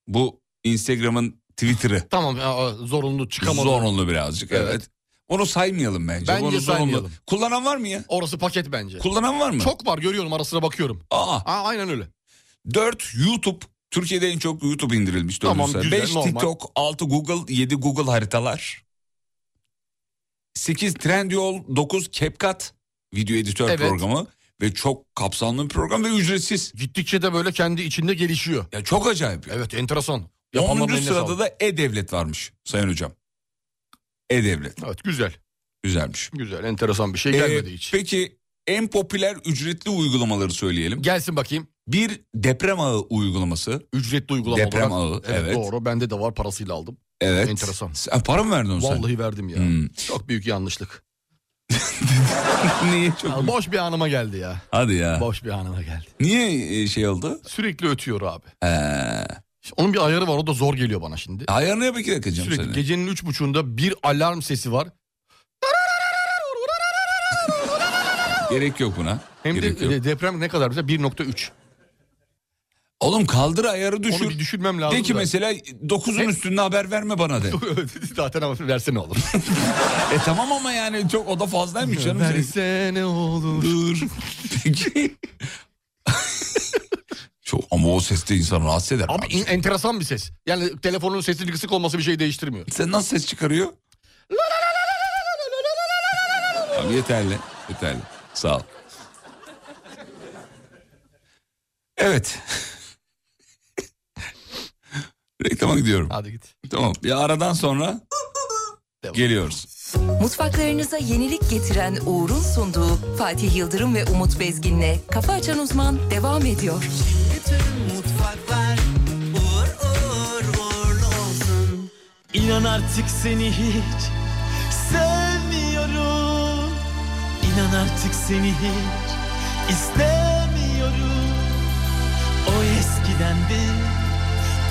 S6: bu Instagram'ın Twitter'ı.
S4: Tamam ya, o zorunlu çıkamadı.
S6: Zorunlu birazcık evet. Onu saymayalım bence.
S4: Bence
S6: Onu zorunlu-
S4: saymayalım.
S6: Kullanan var mı ya?
S4: Orası paket bence.
S6: Kullanan var mı?
S4: Çok var görüyorum ara sıra bakıyorum.
S6: Aa.
S4: aynen öyle.
S6: 4 YouTube. Türkiye'de en çok YouTube indirilmiş.
S4: Tamam, güzel,
S6: 5
S4: normal.
S6: TikTok, 6 Google, 7 Google haritalar. 8 Trendyol, 9 CapCut video editör
S4: Evet.
S6: programı ve çok kapsamlı bir program ve ücretsiz.
S4: Gittikçe de böyle kendi içinde gelişiyor.
S6: Ya çok acayip.
S4: Evet enteresan.
S6: 10.
S4: Yapanların eline
S6: sırada
S4: sağlık.
S6: da E-Devlet varmış Sayın Hocam. E-Devlet.
S4: Evet güzel.
S6: Güzelmiş.
S4: Güzel enteresan bir şey
S6: Ee,
S4: gelmedi hiç.
S6: Peki en popüler ücretli uygulamaları söyleyelim.
S4: Gelsin bakayım.
S6: Bir deprem ağı uygulaması.
S4: Ücretli uygulama
S6: Deprem ağı
S4: olarak.
S6: evet.
S4: Doğru bende de var parasıyla aldım.
S6: Evet.
S4: Enteresan.
S6: Sen para mı verdin onu sen? Hmm.
S4: Vallahi verdim ya. Çok büyük yanlışlık.
S6: Niye çok?
S4: boş bir anıma geldi ya.
S6: Hadi ya.
S4: Boş bir anıma geldi.
S6: Niye e, şey oldu?
S4: Sürekli ötüyor abi.
S6: Ee,
S4: Onun bir ayarı var o da zor geliyor bana şimdi.
S6: ayarını yap iki dakika canım
S4: Sürekli
S6: senin.
S4: gecenin üç buçuğunda bir alarm sesi var.
S6: Gerek yok buna.
S4: Hem
S6: Gerek
S4: de
S6: yok.
S4: e, deprem ne kadar bize 1.3.
S6: Oğlum kaldır ayarı düşür.
S4: Onu bir düşürmem lazım.
S6: De ki
S4: da.
S6: mesela 9'un
S4: Hep-
S6: üstünde haber verme bana de.
S4: Zaten ama versene olur.
S6: e tamam ama yani çok o da fazlaymış canım.
S4: Versene olur.
S6: Dur. Peki. çok ama o ses de insanı rahatsız eder.
S4: Abi in- enteresan bir ses. Yani telefonun sesinin kısık olması bir şey değiştirmiyor.
S6: Sen nasıl ses çıkarıyor? Abi yeterli. Yeterli. Sağ ol. Evet. Reklama gidiyorum.
S4: Hadi git.
S6: Tamam. Bir aradan sonra geliyoruz.
S1: Mutfaklarınıza yenilik getiren Uğur'un sunduğu Fatih Yıldırım ve Umut Bezgin'le Kafa Açan Uzman devam ediyor.
S11: Bütün mutfaklar uğur uğur uğurlu olsun. İnan artık seni hiç sevmiyorum. İnan artık seni hiç istemiyorum. O eskidendi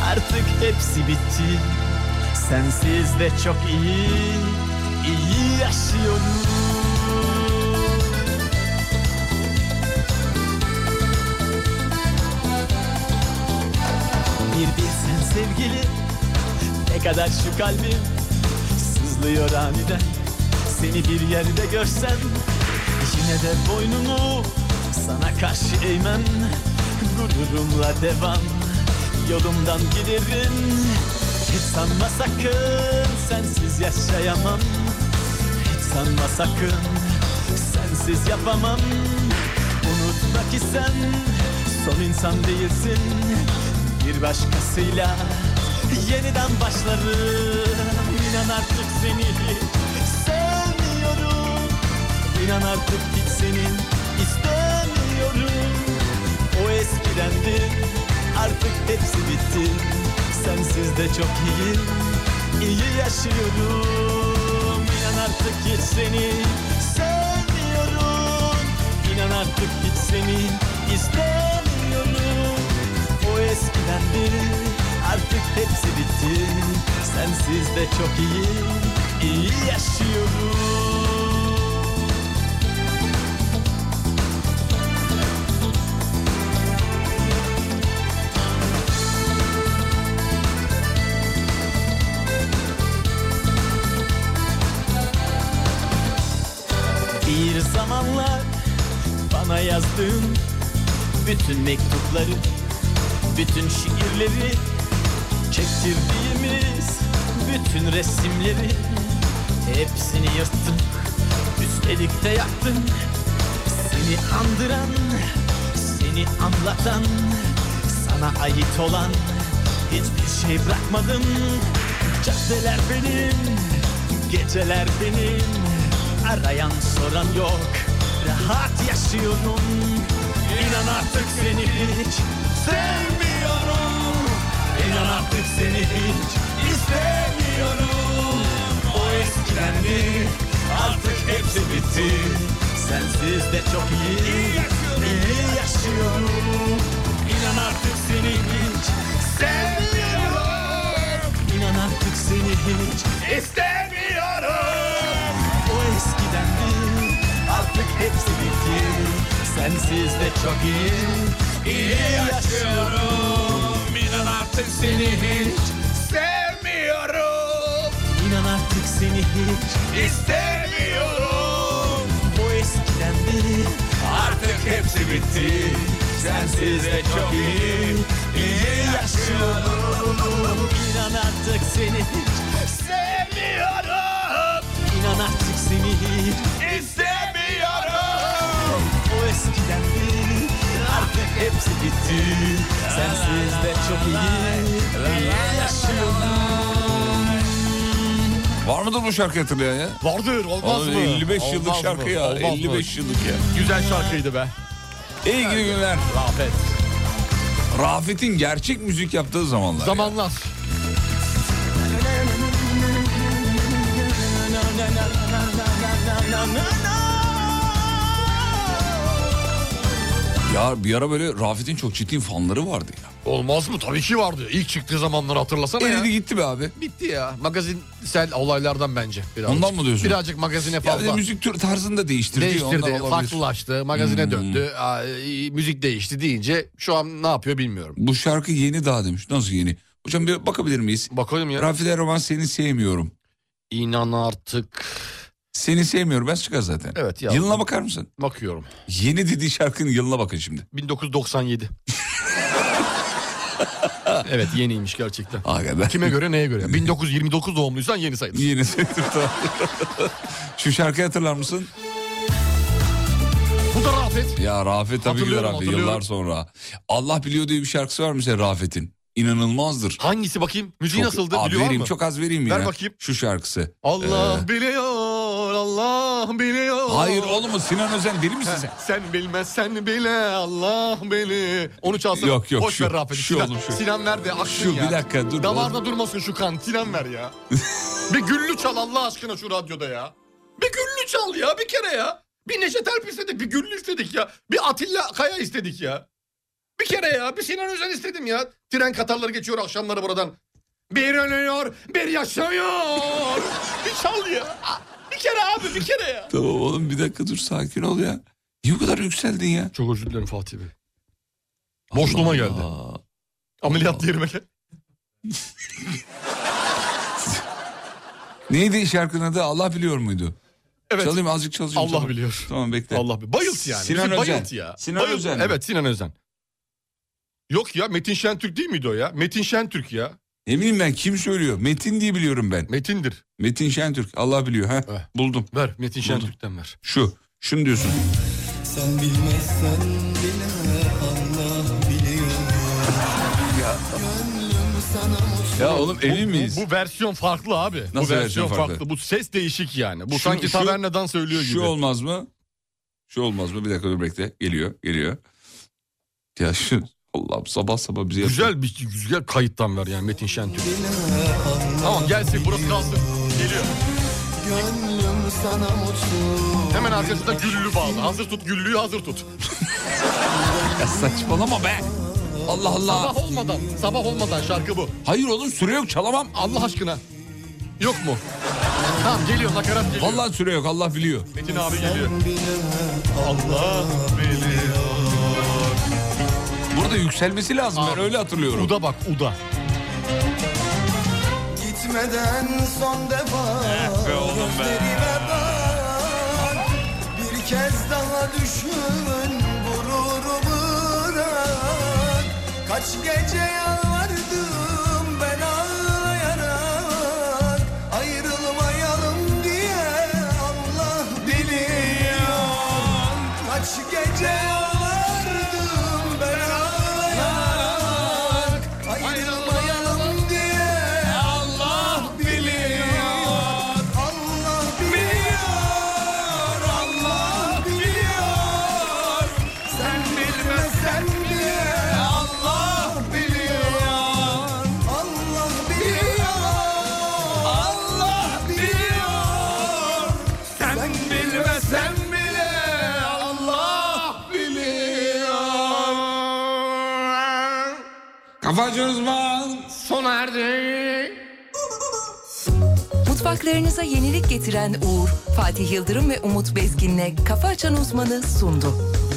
S11: artık hepsi bitti. Sensiz de çok iyi, iyi yaşıyorum. Bir bilsen sevgili Ne kadar şu kalbim Sızlıyor aniden Seni bir yerde görsem Yine de boynumu Sana karşı eğmem Gururumla devam Yolumdan giderim Hiç sanma sakın Sensiz yaşayamam Hiç sanma sakın Sensiz yapamam Unutma ki sen Son insan değilsin bir başkasıyla yeniden başlarım İnan artık seni hiç sevmiyorum İnan artık hiç senin istemiyorum O eskidendi artık hepsi bitti Sensiz de çok iyi, iyi yaşıyorum İnan artık hiç seni sevmiyorum İnan artık hiç seni istemiyorum o eskiden beri artık hepsi bitti Sensiz de çok iyi, iyi yaşıyorum Bir zamanlar bana yazdığın bütün mektupları bütün şiirleri Çektirdiğimiz bütün resimleri Hepsini yırttın Üstelik de yaktın Seni andıran Seni anlatan Sana ait olan Hiçbir şey bırakmadım Caddeler benim Geceler benim Arayan soran yok Rahat yaşıyorum İnan artık seni hiç sevmiyorum İnan artık seni hiç istemiyorum O eskidendi artık hepsi bitti Sensiz de çok iyi, iyi yaşıyorum İnan artık seni hiç sevmiyorum İnan artık seni hiç istemiyorum O eskidendi artık hepsi bitti Sensiz de çok iyi, iyi yaşıyorum İnan artık seni hiç sevmiyorum
S3: İnan artık seni hiç
S11: istemiyorum
S3: Bu eskiden beri
S11: Artık hepsi bitti Sensiz de çok iyi iyi yaşıyorum
S3: İnan artık seni hiç
S11: Sevmiyorum
S3: İnan artık seni hiç
S11: İstemiyorum
S3: O eskiden beri Artık hepsi bitti Sensiz de çok iyi iyi yaşıyorum
S6: Var mıdır bu şarkı hatırlayan ya?
S4: Vardır olmaz
S6: Oğlum,
S4: mı?
S6: 55
S4: Olmaz
S6: yıllık şarkı
S4: mı?
S6: ya.
S4: Olmaz
S6: 55
S4: mı?
S6: yıllık ya.
S4: Güzel şarkıydı be.
S6: İyi günler. günler.
S4: Rafet.
S6: Rafet'in gerçek müzik yaptığı zamanlar.
S4: Zamanlar.
S6: Ya bir ara böyle Rafet'in çok ciddi fanları vardı ya.
S4: Olmaz mı? Tabii ki vardı. İlk çıktığı zamanları hatırlasana ya.
S6: Eridi gitti be abi.
S4: Bitti ya. Magazinsel olaylardan bence. Birazcık.
S6: Ondan mı diyorsun?
S4: Birazcık magazine
S6: Ya bir
S4: fazla.
S6: de müzik tür tarzını da değiştirdi. ya, ondan
S4: Değiştirdi,
S6: olabilir.
S4: farklılaştı, magazine
S6: Hmm.
S4: döndü, aa, e, müzik değişti deyince şu an ne yapıyor bilmiyorum.
S6: Bu şarkı yeni daha demiş. Nasıl yeni? Hocam bir bakabilir miyiz?
S4: Bakalım ya.
S6: Rafet Erman seni sevmiyorum.
S4: İnan artık.
S6: Seni sevmiyorum ben çıkar zaten.
S4: Evet ya.
S6: Yılına bakar mısın?
S4: Bakıyorum.
S6: Yeni dediği şarkının yılına bakın şimdi.
S4: 1997. evet yeniymiş gerçekten.
S6: Hakikaten.
S4: Kime göre neye göre? 1929 doğumluysan yeni sayılır.
S6: Yeni sayılır tamam. Şu şarkıyı hatırlar mısın?
S4: Bu da Rafet.
S6: Ya Rafet tabii ki de
S4: Hatırlıyorum,
S6: Rafet
S4: hatırlıyorum.
S6: yıllar sonra. Allah biliyor diye bir şarkısı var mesela Rafet'in. İnanılmazdır.
S4: Hangisi bakayım? Müziği
S6: çok,
S4: nasıldı?
S6: Az
S4: Biliyor
S6: vereyim
S4: mu?
S6: çok az vereyim mi
S4: Ver
S6: ya?
S4: bakayım.
S6: Şu şarkısı.
S4: Allah
S6: Ee,
S4: biliyor, Allah biliyor.
S6: Hayır oğlum o Sinan Özen deli misin
S4: Ha,
S6: sen?
S4: Sen bilmezsen bile Allah beni. Onu çalsana.
S6: Yok, yok,
S4: Boş
S6: şu-
S4: ver Rafet'i.
S6: şu
S4: Sinan,
S6: oğlum, şu.
S4: Sinan ver de aksın
S6: Şu,
S4: ya.
S6: bir dakika, dur.
S4: Damarda durmasın şu kan. Sinan ver ya. bir güllü çal Allah aşkına şu radyoda ya. Bir güllü çal ya bir kere ya. Bir Neşet Erp istedik, bir güllü istedik ya. Bir Atilla Kaya istedik ya. Bir kere ya, bir Sinan Özen istedim ya. Tren katarları geçiyor akşamları buradan. Bir ölüyor, bir yaşıyor. bir çal ya. Bir kere abi, bir kere ya.
S6: Tamam oğlum bir dakika dur sakin ol ya. Niye bu kadar yükseldin ya?
S4: Çok özür dilerim Fatih Bey. Boşluğuma geldi. Ameliyat yerime gel-
S6: Neydi şarkının adı Allah biliyor muydu?
S4: Evet.
S6: Çalayım azıcık çalacağım.
S4: Allah
S6: tamam.
S4: biliyor.
S6: Tamam bekle.
S4: Allah biliyor. Bayılt yani.
S6: Sinan
S4: Bizi
S6: Özen.
S4: Bayılt ya.
S6: Sinan
S4: Bayılt.
S6: Özen. mi?
S4: Evet Sinan Özen. Yok ya Metin Şentürk değil miydi o ya? Metin Şentürk ya.
S6: Ne bileyim ben kim söylüyor? Metin diye biliyorum ben.
S4: Metindir.
S6: Metin Şentürk. Allah biliyor. Ha?
S4: Eh.
S6: Buldum.
S4: Ver Metin
S6: Buldum.
S4: Şentürk'ten ver.
S6: Şu. Şunu diyorsun.
S3: Sen bilmezsen bile Allah biliyor Gönlüm sana mutlu
S6: Ya oğlum emin miyiz?
S4: Bu, bu versiyon farklı abi.
S6: Nasıl
S4: bu versiyon,
S6: versiyon
S4: farklı?
S6: farklı?
S4: Bu ses değişik yani. Bu
S6: Şu-
S4: sanki
S6: şu-
S4: tavernadan söylüyor gibi.
S6: Şu olmaz mı? Şu olmaz mı? Bir dakika dur bekle. Geliyor. Geliyor. Ya şu. Allah'ım sabah sabah bizi yapıyor.
S4: Güzel bir güzel kayıttan ver yani Metin Şentürk. Tamam gelsin burası kalsın. Geliyor.
S3: Gönlüm sana mutlu
S4: Hemen arkasında güllü bağlı. Hazır tut güllüyü hazır tut.
S6: Ya saçmalama be. Allah Allah.
S4: Sabah olmadan, sabah olmadan şarkı bu.
S6: Hayır oğlum süre yok çalamam.
S4: Allah aşkına. Yok mu? Tamam geliyor nakarat geliyor.
S6: Vallahi süre yok Allah biliyor.
S4: Metin abi geliyor. Allah biliyor.
S6: Burada yükselmesi lazım ben öyle hatırlıyorum.
S4: Uda bak uda.
S3: Gitmeden son defa
S6: be oğlum be.
S3: Gözlerime bak Bir kez daha düşün Gururu bırak Kaç gece yalvardım Ben ağlayarak Ayrılmayalım diye Allah biliyor Kaç gece yalvardım Ben ağlayarak Ayrılmayalım diye Allah biliyor Allah biliyor Allah biliyor Sen bilmesen bile Allah biliyor Allah biliyor Allah biliyor Sen bilmesen bile Allah biliyor
S6: Kafacı uzman.
S4: Sona erdi.
S1: Mutfaklarınıza yenilik getiren Uğur, Fatih Yıldırım ve Umut Bezgin'le Kafa Açan Uzman'ı sundu.